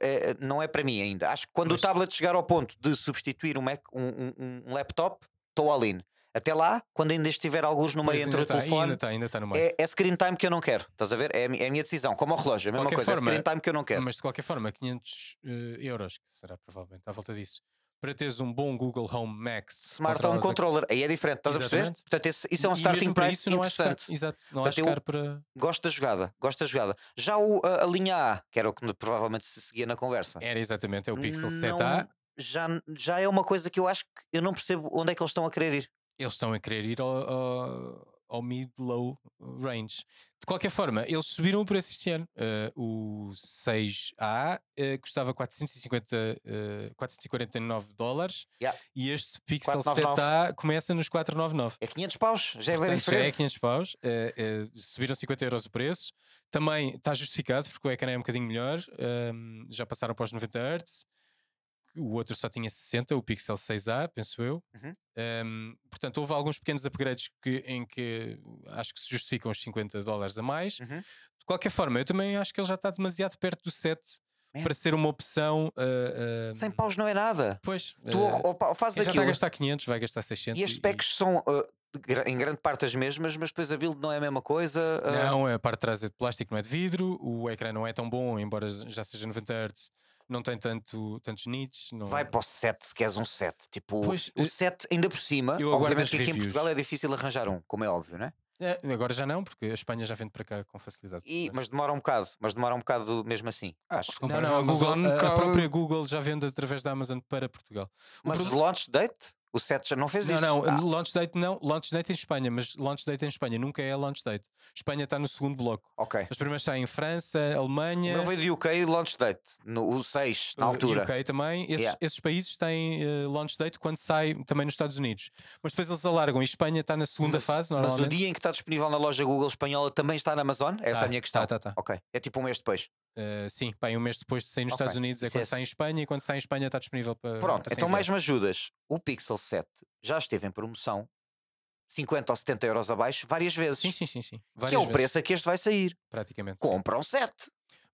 é- não é para mim ainda. Acho que quando Mas- o tablet chegar ao ponto de substituir um, Mac, um, um- um laptop, estou all in. Até lá, quando ainda estiver alguns no Pois meio entre o ainda tá- telefone. Ainda está ainda tá no meio. É, é screen time que eu não quero, estás a ver? É a, mi- é a minha decisão, como ao relógio, a mesma qualquer coisa, forma, é screen time que eu não quero. Mas de qualquer forma, 500 eh, euros, que será provavelmente à volta disso, para teres um bom Google Home Max. Smart controlas a- Home Controller, aí é diferente, estás a Exatamente. perceber? Portanto, esse- isso é um E mesmo starting para price isso não acho caro- interessante. Exato, não Portanto, acho eu- caro para. Gosto da jogada, gosto da jogada. Já o, a, a linha A, que era o que provavelmente se seguia na conversa, Era exatamente, é o Pixel não- 7A. já, já é uma coisa que eu acho que eu não percebo onde é que eles estão a querer ir. Eles estão a querer ir ao, ao- ao mid-low range. De qualquer forma, eles subiram o preço este ano. Eh, o 6A eh, custava 450, eh, 449 dólares Yeah. e este Pixel 499. 7A começa nos 499. É 500 paus, já é bem Portanto, já é diferente. 500 paus, eh, eh, subiram 50 euros o preço. Também está justificado porque o ecrã é um bocadinho melhor, ehm, já passaram para os 90 Hz. O outro só tinha 60, o Pixel 6A, penso eu. Uhum. Ehm, portanto, houve alguns pequenos upgrades que, em que acho que se justificam os 50 dólares a mais. Uhum. De qualquer forma, eu também acho que ele já está demasiado perto do 7 Man. para ser uma opção. ah, ah, 100 paus não é nada. Pois, Tu ah, ou- ou- quem fazes já está a aquilo. gastar 500, vai gastar 600. E as specs são uh, de gra- em grande parte as mesmas, mas depois a build não é a mesma coisa. uh, Não, a parte de trás é de plástico, não é de vidro. O ecrã não é tão bom, embora já seja 90 Hz, não tem tanto, tantos nits. Não... é. Vai para o 7 se queres um 7. Tipo, Pois, o eh, 7 ainda por cima. eu aguardo as Obviamente que aqui em reviews. Portugal é difícil arranjar um, como é óbvio, né? É, agora já não, porque a Espanha já vende para cá com facilidade. E, mas demora um bocado, mas demora um bocado mesmo assim. Acho que Não, Ah, comprar não, a, na Google- Amazon a- a cabe- própria Google já vende através da Amazon para Portugal. O Mas produ- launch date, o 7 já não fez Não, isso. não, Ah, launch date não, launch date em Espanha, mas launch date em Espanha nunca é launch date. Espanha está no segundo bloco. ok. As primeiras está em França, O Alemanha, meu veio do UK launch date, no, o 6, na Uh, altura. UK também. Esses, Yeah. esses países têm uh, launch date quando sai também nos Estados Unidos. Mas depois eles alargam. E Espanha está na segunda Mas- fase, mas o normalmente. dia em que está disponível na loja Google espanhola também está na Amazon? Essa é Tá, a minha questão. tá, tá, tá. Ok. É tipo um mês depois. Uh, sim, bem, um mês depois de sair nos Ok, Estados Unidos é isso quando é sai em esse. Espanha. E quando sai em Espanha está disponível para. Pronto, para ser então mais enviado. me ajudas. O Pixel 7 já esteve em promoção, 50 ou 70 euros abaixo, várias vezes. Sim, sim, sim. sim. que Várias é o vezes, preço a que este vai sair. Praticamente. sim. Compra um 7.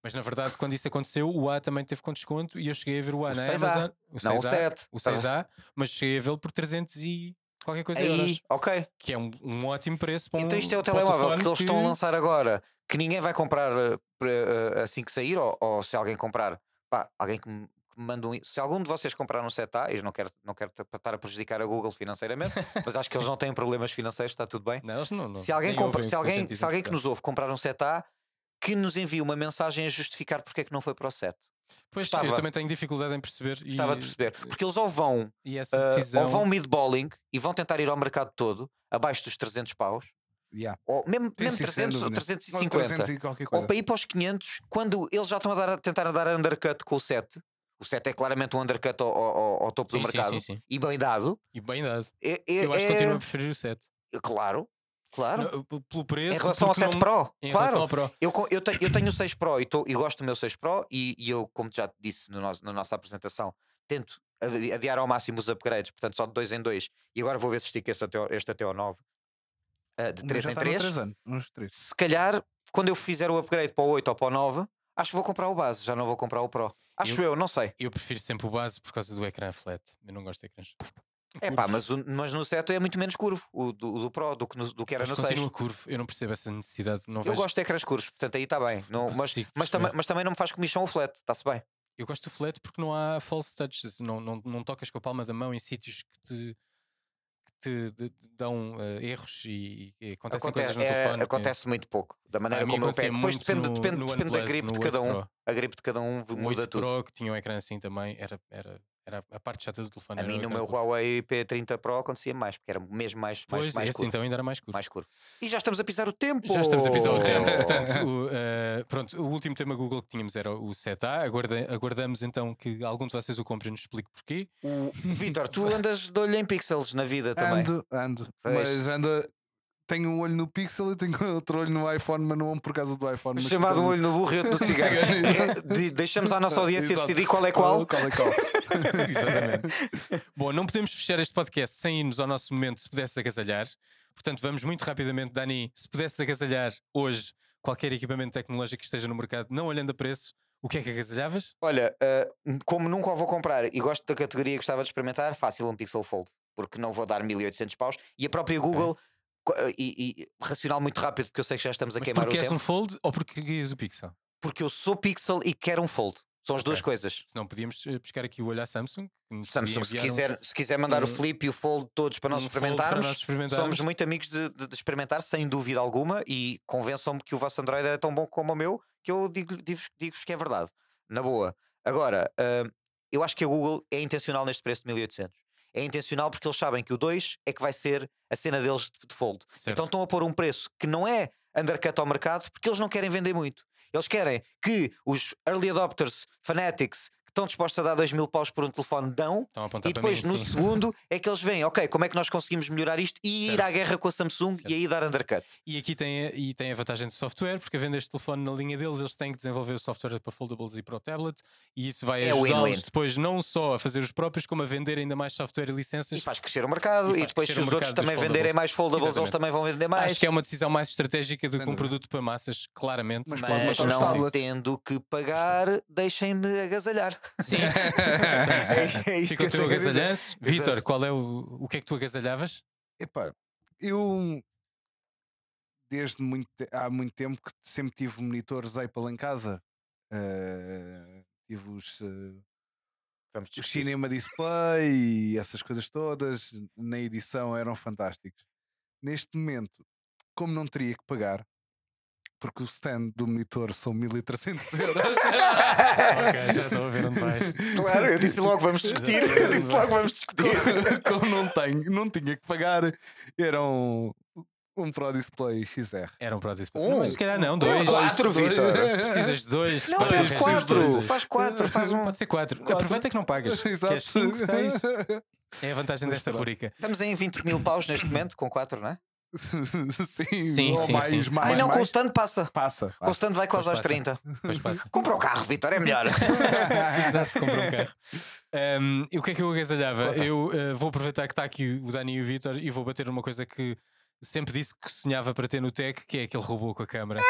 Mas na verdade, quando isso aconteceu, o A também teve com desconto. E eu cheguei a ver o A O na 6A, Amazon. O Não um 6A, 7. o 6A, mas cheguei a vê-lo por 300 e qualquer coisa Aí, euros. ok. Que é um, um ótimo preço para um. Então isto é o para um telemóvel telefone que eles estão a lançar agora, que ninguém vai comprar eh, pre- eh, assim que sair, ou, ou se alguém comprar, pá, alguém que me, que me manda um. i- Se algum de vocês comprar um 7A, eu não quero, não quero t- estar a prejudicar a Google financeiramente, mas acho que eles não têm problemas financeiros, está tudo bem. Não, eles não, não- se alguém, nem compra- ouvem o se que a alguém, gente se alguém que diz. nos ouve comprar um 7A, que nos envie uma mensagem a justificar porque é que não foi para o 7. Pois, eu Gostava. também tenho dificuldade em perceber. e- eh, Estava a perceber. Porque eles ou vão E essa ah, decisão. ou vão mid-balling e vão tentar ir ao mercado todo, abaixo dos 300 paus, Yeah. ou mesmo, Sim, mesmo sim, sem 300 ou dúvida. Ou 350, 300 e qualquer ou coisa. para ir para os 500, quando eles já estão a, dar- a tentar dar undercut com o 7. O 7 é claramente um undercut ao, ao- ao- ao topo Sim, do sim, mercado sim, sim. e bem dado. E bem dado. É, é- Eu acho que é- continuo a preferir o 7. Claro, claro. Não, p- pelo em preço. relação ao porque 7 não- Pro, Em relação claro. ao Pro. Eu, co- eu, te- eu tenho o 6 Pro e, tô- e gosto do meu 6 Pro e, e eu, como já te disse no nosso- na nossa apresentação, tento adi- adiar ao máximo os upgrades, portanto só de 2 em 2 e agora vou ver se estica este até, ao- este até ao 9 ah, de Um 3 já em está no 3 três anos, uns 3. se calhar quando eu fizer o upgrade para o 8 ou para o 9 acho que vou comprar o base, já não vou comprar o Pro acho eu, não sei Eu prefiro sempre o base por causa do ecrã flat. Eu não gosto de ecrãs. É pá, Curvo. mas, o- mas no seto é muito menos curvo o do, o do Pro do que, no- do que era Mas no 6. continua curvo. Eu não percebo essa necessidade. Não Eu vejo- gosto de ecrãs curvos, portanto aí está bem. Não, Não mas, consigo perceber. mas, também, mas também não me faz comichão o flat, está-se bem. Eu gosto do flat porque não há false touches, não, não, não tocas com a palma da mão em sítios que te, que te d- d- dão eh, erros e, e acontecem coisas no é- telefone. acontece muito pouco, da maneira a mim como eu acontecia pego. Depois muito depende, no- depende, no depende da OnePlus, gripe no de cada um. 8 A gripe de cada um Pro. v- O 8 muda tudo. Pro que tinha um ecrã assim também, era, era, era a parte chata do telefone. A era o mim no ecrã meu curvo. Huawei P30 Pro acontecia mais, porque era mesmo mais, mais, Pois, mais esse curvo, então ainda era mais curto. mais curvo. E já estamos a pisar o tempo! Já estamos a pisar o tempo, é Oh. portanto, o, eh, pronto, o último tema Google que tínhamos era o 7A. Aguarda- aguardamos então que algum de vocês o compre e nos explique porquê. Vitor, tu andas de olho em pixels na vida também. Ando, ando. Pois. Mas anda. Tenho um olho no Pixel e tenho outro olho no iPhone, mas não amo por causa do iPhone. mas por Chamado causa um olho no burro e outro no cigarro. Exato. De- Deixamos à nossa audiência Exato. decidir qual é qual. Qual é qual? Exatamente. Bom, não podemos fechar este podcast sem irmos ao nosso momento se pudesse agasalhar. Portanto, vamos muito rapidamente, Dani. Se pudesse agasalhar hoje qualquer equipamento tecnológico que esteja no mercado, não olhando a preço, o que é que agasalhavas? Olha, ah, como nunca o vou comprar e gosto da categoria que gostava de experimentar, fácil um Pixel Fold, porque não vou dar 1800 paus. E a própria Google, co- eh, e, e racional muito rápido, porque eu sei que já estamos a Mas queimar o porque és tempo, um fold ou porque querias o Pixel? porque eu sou Pixel e quero um Fold. São as duas Ok. coisas. Se não podíamos eh, buscar aqui o olho à Samsung. que nos Samsung, podia se enviar um- quiser, se quiser mandar o um- Flip e o Fold todos para nós um fold para experimentarmos, nós experimentarmos. somos muito amigos de, de- de experimentar, sem dúvida alguma, e convençam-me que o vosso Android é tão bom como o meu que eu digo-vos digo-vos que é verdade. Na boa. Agora, hum, eu acho que a Google é intencional neste preço de 1800. É intencional porque eles sabem que o 2 é que vai ser a cena deles de, de Fold. Certo. Então estão a pôr um preço que não é undercut ao mercado porque eles não querem vender muito. Eles querem que os early adopters, fanatics, que estão dispostos a dar 2 mil paus por um telefone, dão. Estão a Então, apontar E para depois mim, no sim. segundo é que eles veem, ok, como é que nós conseguimos melhorar isto e ir Certo. à guerra com a Samsung Certo. e aí dar undercut. E aqui tem a, e tem a vantagem de software, porque a vender este telefone na linha deles, eles têm que desenvolver o software para foldables e para o tablet, e isso vai É win-win. ajudá-los depois não só a fazer os próprios, como a vender ainda mais software e E licenças. faz crescer o mercado E e, faz depois se crescer o os outros mercado dos também venderem foldables. mais foldables, eles Exatamente. também vão vender mais. Acho que é uma decisão mais estratégica do Sem que um dúvida. produto para massas, claramente. Mas pode Mas matar os não tablets. tendo que pagar, deixem-me agasalhar. Sim. é, é isto Fica o que eu teu tenho a dizer. agasalhanço. Vitor, qual é o, o que é que tu agasalhavas? Epá, eu desde muito, te- há muito tempo que sempre tive monitores Apple em casa. Eh, tive os, eh, Vamos os discutir. Cinema Display e essas coisas todas. Na edição eram fantásticos. Neste momento, como não teria que pagar, porque o stand do monitor são 1300 euros. ok, já estou a ver onde vais. Claro, eu disse logo vamos discutir. Eu disse logo vamos discutir. como não, tenho, não tinha que pagar, eram um Pro Display XR. Era um produto. Um. Não, mas se calhar não, dois. Dois, quatro, Vitor. Precisas de dois. Não, para é ter quatro. dois. Faz quatro, faz um. Pode ser quatro. Quatro. Aproveita que não pagas. Exato. Queres cinco, seis. É a vantagem Mas desta pronto. rubrica. Estamos em 20 mil paus neste momento, com quatro, não é? sim, Sim, ou sim, mais, sim. mais, Ai não, mais. com o stand passa. Passa. Com o stand vai quase Pois aos passa. 30. Depois passa. Compra o carro, Vitor, é melhor. Exato, compra um carro. Um, e o que é que eu agasalhava? Eu eh, vou aproveitar que está aqui o Dani e o Vitor e vou bater numa coisa que sempre disse que sonhava para ter no Tech, que é aquele robô com a câmara.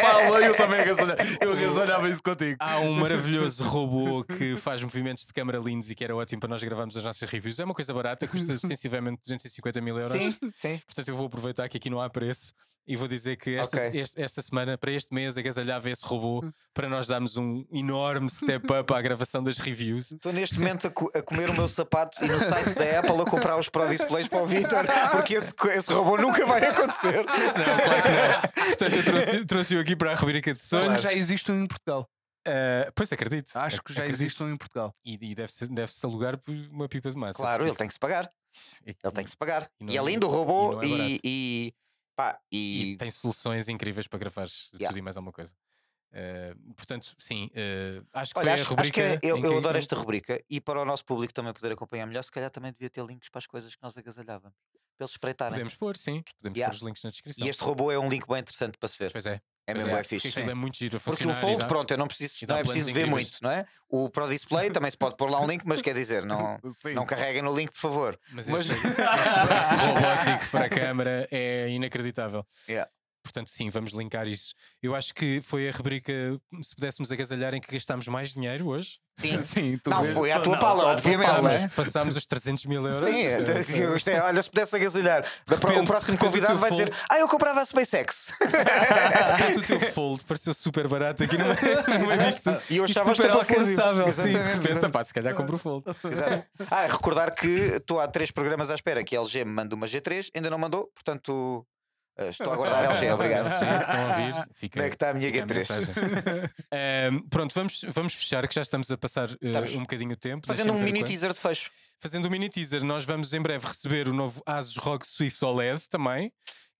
Fala, eu também agasalhava. Eu agasalhava isso contigo. Há um maravilhoso robô que faz movimentos de câmara lindos e que era ótimo para nós gravarmos as nossas reviews. É uma coisa barata, custa sensivelmente 250 mil euros. sim, sim. Portanto, eu vou aproveitar que aqui não há preço e vou dizer que esta, Ok. Hum. este- esta semana, para este mês, agasalhava esse robô para nós darmos um enorme step up à gravação das reviews. Estou neste momento a, co- a comer o meu sapato e no site da Apple a comprar os Pro Displays para o Vitor, porque esse, co- esse robô nunca vai acontecer. Mas não, é claro que não. Portanto, eu trouxe- trouxe-o aqui para a rubrica de sonhos. Acho que já existe um em Portugal. Ah, pois acredito. Acho que já Acredito. existe um em Portugal. E, e deve-se deve alugar por uma pipa de massa. Claro, ele tem que se pagar. E- Ele tem que se pagar. E E, não- é lindo o robô e não é barato. e. e, pá, e e- tem soluções incríveis para gravar tudo Yeah. e mais alguma coisa. Ah, portanto, sim, ah, acho que Olha, foi a acho, acho rubrica. que é- eu, em eu que- adoro esta rubrica e para o nosso público também poder acompanhar melhor, se calhar também devia ter links para as coisas que nós agasalhávamos, para eles espreitarem. Podemos pôr, sim. Podemos né? Yeah. pôr os links na descrição. E este robô é um link bem interessante para se ver. Pois é. É pois mesmo é Porque fixe. aquilo é muito giro a Porque o funcionar. e Fold, dá- pronto, eu não preciso, e dá não é planos preciso ver incríveis. muito, não é? O Pro Display também se pode pôr lá um link, mas quer dizer, não, Sim. não carreguem no link, por favor. Mas, Mas- este, este braço robótico para a câmara é inacreditável. Yeah. Portanto, sim, vamos linkar isso. Eu acho que foi a rubrica, se pudéssemos agasalhar, em que gastámos mais dinheiro hoje. Sim. Sim, tu Não, vês. foi à tua Não, pala, tá- obviamente. não é? Passámos, passámos os 300 mil euros. Sim, É, eu- isto é, olha, se pudesse agasalhar, da pro- repente- o próximo de repente convidado o vai teu dizer: Ah, eu comprava a SpaceX. Portanto, o teu fold pareceu super barato aqui numa, numa vista. E eu achava super estapafúrdio. alcançável. Sim, de Exatamente, repente, exatamente. pá, se calhar compro o fold. Exato. Ah, recordar que estou há três programas à espera que a LG me manda uma G3, ainda não mandou, portanto eh, estou É a aguardar a LG, obrigado. Se estão a ouvir, fica. Onde é que está a minha fica a G3? mensagem. Ahm, pronto, vamos, vamos fechar, que já estamos a passar eh, Estamos. um bocadinho o tempo. Fazendo Deixa-me um ver mini quanto. teaser de fecho. Fazendo um mini teaser, nós vamos em breve receber o novo Asus ROG Swift OLED também,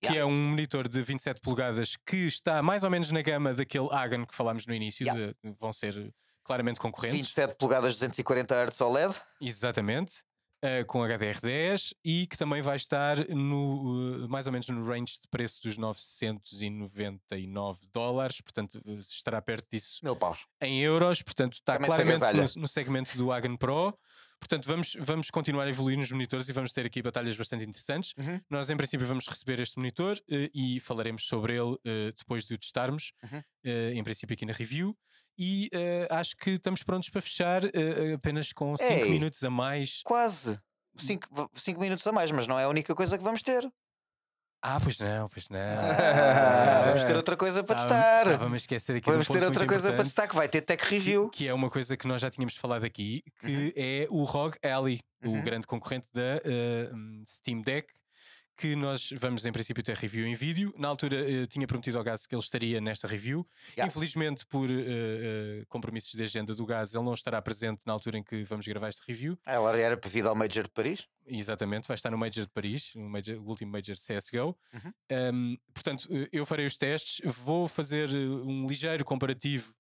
que Yeah. é um monitor de 27 polegadas que está mais ou menos na gama daquele Agan que falámos no início, Yeah. de- vão ser claramente concorrentes. 27 polegadas 240 Hz OLED. Exatamente. eh, com HDR10 e que também vai estar no, eh, mais ou menos no range de preço dos 999 dólares, portanto eh, estará perto disso Mil paus. em euros, portanto está Também se claramente agasalha. no, no segmento do Agan Pro. Portanto, vamos, vamos continuar a evoluir nos monitores e vamos ter aqui batalhas bastante interessantes. Uhum. Nós, em princípio, vamos receber este monitor eh, e falaremos sobre ele eh, depois de o testarmos, Uhum. eh, em princípio aqui na review. E eh, acho que estamos prontos para fechar eh, apenas com 5 Ei. minutos a mais. Quase 5 minutos a mais, mas não é a única coisa que vamos ter. Ah, pois não, pois não. Ah, vamos ter outra coisa para testar. Vamos esquecer aqui de um Vamos ter ponto outra muito coisa para importante, testar que vai ter tech review. Que é uma coisa que nós já tínhamos falado aqui, que é o ROG Ally, o Uhum. grande concorrente da eh, hum, Steam Deck, que nós vamos em princípio ter review em vídeo. Na altura eh, tinha prometido ao Gás que ele estaria nesta review. Yeah. Infelizmente, por eh, eh, compromissos de agenda do Gás, ele não estará presente na altura em que vamos gravar este review. Ela Ah, era pedida ao Major de Paris. Exatamente, vai estar no Major de Paris, no major- o último Major de CSGO. Uhum. Um, portanto, eh, eu farei os testes, vou fazer eh, um ligeiro comparativo,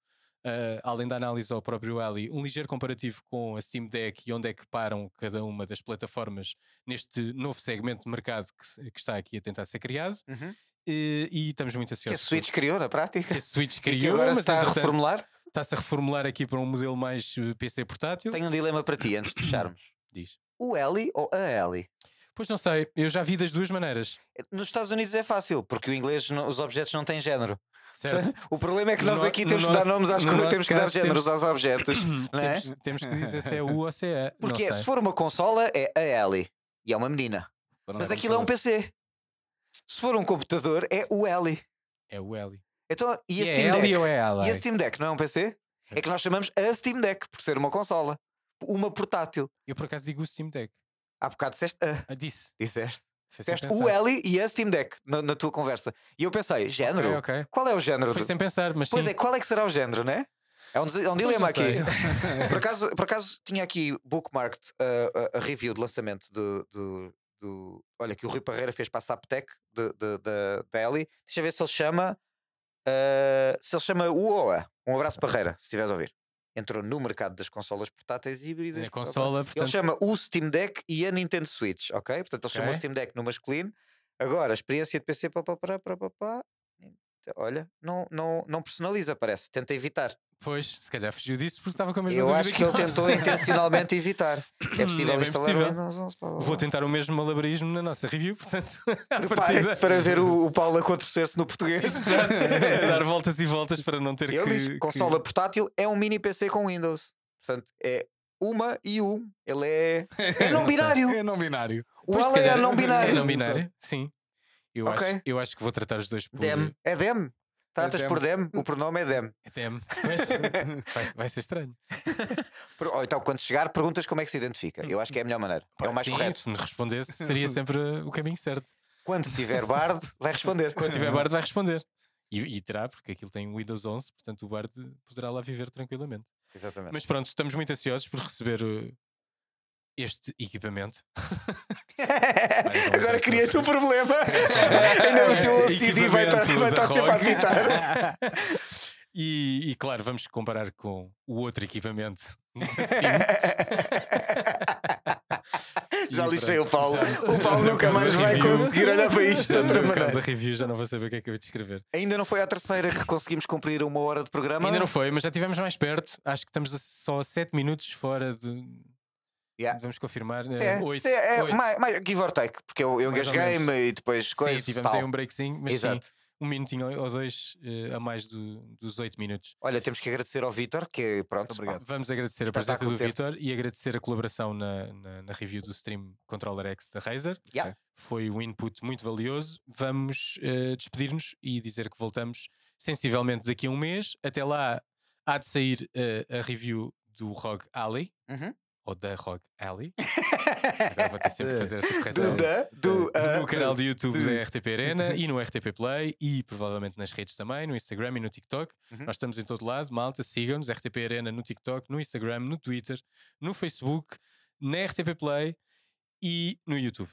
eh, além da análise ao próprio Ali, um ligeiro comparativo com a Steam Deck e onde é que param cada uma das plataformas neste novo segmento de mercado que, se- que está aqui a tentar ser criado. Uhum. Eh, e estamos muito Que a ansiosos. por- Switch criou na prática. que a Switch E criou, que agora mas se está a entretanto, reformular. está-se a reformular aqui para um modelo mais eh, PC portátil. Tenho um dilema para ti antes de fecharmos. Diz. O L ou a L? Pois não sei, eu já vi das duas maneiras. Nos Estados Unidos é fácil, porque o inglês, não- os objetos não têm género. Certo? O problema é que No nós no- aqui no temos que dar nosso- nomes às no coisas, nosso temos que dar caso, géneros temos- aos objetos. não é? Temos, temos que dizer se é U ou se é A. Porque não é, sei. se for uma consola, é a L. E é uma menina. Para não Mas ser aquilo é um PC. Se for um computador, é o L. É o L. Então, e a é Steam L Deck? ou é L? E a Steam Deck não é um PC? É que nós chamamos a Steam Deck por ser uma consola. Uma portátil. Eu por acaso digo o Steam Deck. Há bocado disseste a. Ah, disse. Disseste. Foi sem Disseste pensar. o L e a Steam Deck na, na tua conversa. E eu pensei, género? Ok, ok. Qual é o género? Foi do- sem pensar, mas Pois sim. é, qual é que será o género, né? É um, des- é um dilema não aqui. sei. por, acaso, por acaso tinha aqui bookmarked uh, a, a review de lançamento do, do, do- Olha, que o Rui Parreira fez para a Saptec de- de- de- da Ellie. Deixa eu ver se ele chama. uh, se ele chama UOA. Um abraço, Parreira, se estiveres a ouvir. Entrou no mercado das consolas portáteis híbridas. Na é consola, Ele portanto. chama o Steam Deck e a Nintendo Switch, ok? Portanto, ele chama o Ok. Steam Deck no masculino. Agora, a experiência de PC, pá, pá, pá, pá, pá, pá. então, Olha, não, não, não personaliza, parece. Tenta evitar. Pois, se calhar fugiu disso porque estava com a mesma Eu dúvida acho que ele nós. tentou intencionalmente evitar. É É possível bem instalar possível. o Windows 11, pá, pá, Vou pá. tentar o mesmo malabarismo na nossa review, portanto. à partida- Preparem-se para ver o, o Paulo a contorcer-se no português. Exato. Dar voltas e voltas para não ter Ele que. diz: que- consola portátil é um mini PC com Windows. Portanto, é uma e um. Ele é. É não binário. É não binário. O Pois, se Alan é calhar- não É binário. não binário, sim. Eu, Ok. acho, eu acho que vou tratar os dois por. Dem. É Dem. Tratas Dem. por Dem? O pronome é Dem. Dem. Pois, vai- vai ser estranho. Per- Ou então, quando chegar, perguntas como é que se identifica. Eu acho que é a melhor maneira. Pá, é o mais sim, correto. Se me respondesse, seria sempre uh, o caminho certo. Quando tiver Bard, vai responder. Quando tiver Bard, vai responder. E, e terá, porque aquilo tem Windows 11, portanto o Bard poderá lá viver tranquilamente. Exatamente. Mas pronto, estamos muito ansiosos por receber uh, este equipamento. é Agora um criei assim. o problema. Ainda Ainda o teu OCD vai estar vai estar sempre a apitar. E, e, claro, vamos comparar com o outro equipamento. Já E lixei pronto, o Paulo. já- O Paulo nunca já mais no vai review- conseguir olhar para isto de já outra no caso da maneira. review, já não vou saber o que é que eu vou descrever. Ainda não foi à terceira que conseguimos cumprir uma hora de programa. Ainda não foi, mas já estivemos mais perto. Acho que estamos a- só a 7 minutos fora de. Yeah. Vamos confirmar. Se é, eh, oito, se é, é oito. mais, mais give or take, porque eu, eu Mais ou engasguei-me e depois Sim, coisas. tivemos aí um breakzinho, mas sim, Exato. um minutinho ou dois eh, a mais do- dos oito minutos. Olha, temos que agradecer ao Vitor, que é, pronto. Muito obrigado. Vamos agradecer a presença Espetáculo do Vitor e agradecer a colaboração na, na, na review do stream Controller X da Razer. Yeah. Foi um input muito valioso. Vamos eh, despedir-nos e dizer que voltamos sensivelmente daqui a um mês. Até lá há de sair eh, a review do Rogue Alley, Uhum. ou da Rogue Alley. Agora vou ter sempre que fazer esta correção. Do, da, do, ah, no canal de YouTube do- da RTP Arena e no RTP Play e provavelmente nas redes também, no Instagram e no TikTok. Uhum. Nós estamos em todo lado, malta, sigam-nos, RTP Arena no TikTok, no Instagram, no Twitter, no Facebook, na RTP Play e no YouTube.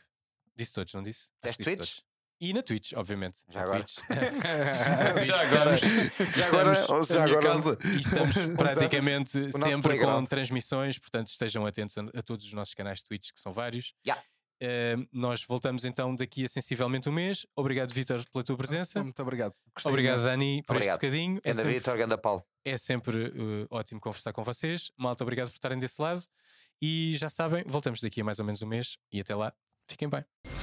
Disse todos, não disse? Acho que Deste disse Twitch? todos. E na Twitch, obviamente. Já Na agora. Twitch. Já agora. Já agora, ou já é na minha agora, casa. E estamos praticamente nosso sempre com playground. transmissões, portanto estejam atentos a, a todos os nossos canais de Twitch, que são vários. Yeah. Ehm, nós voltamos então daqui a sensivelmente um mês. Obrigado, Vitor, pela tua presença. Muito obrigado. Gostei Obrigado, imenso. Dani, por Obrigado. este bocadinho. É Ganda sempre, Vitor, Ganda Paulo. é sempre, eh, ótimo conversar com vocês. Malta, obrigado por estarem desse lado. E já sabem, voltamos daqui a mais ou menos um mês. E até lá, fiquem bem.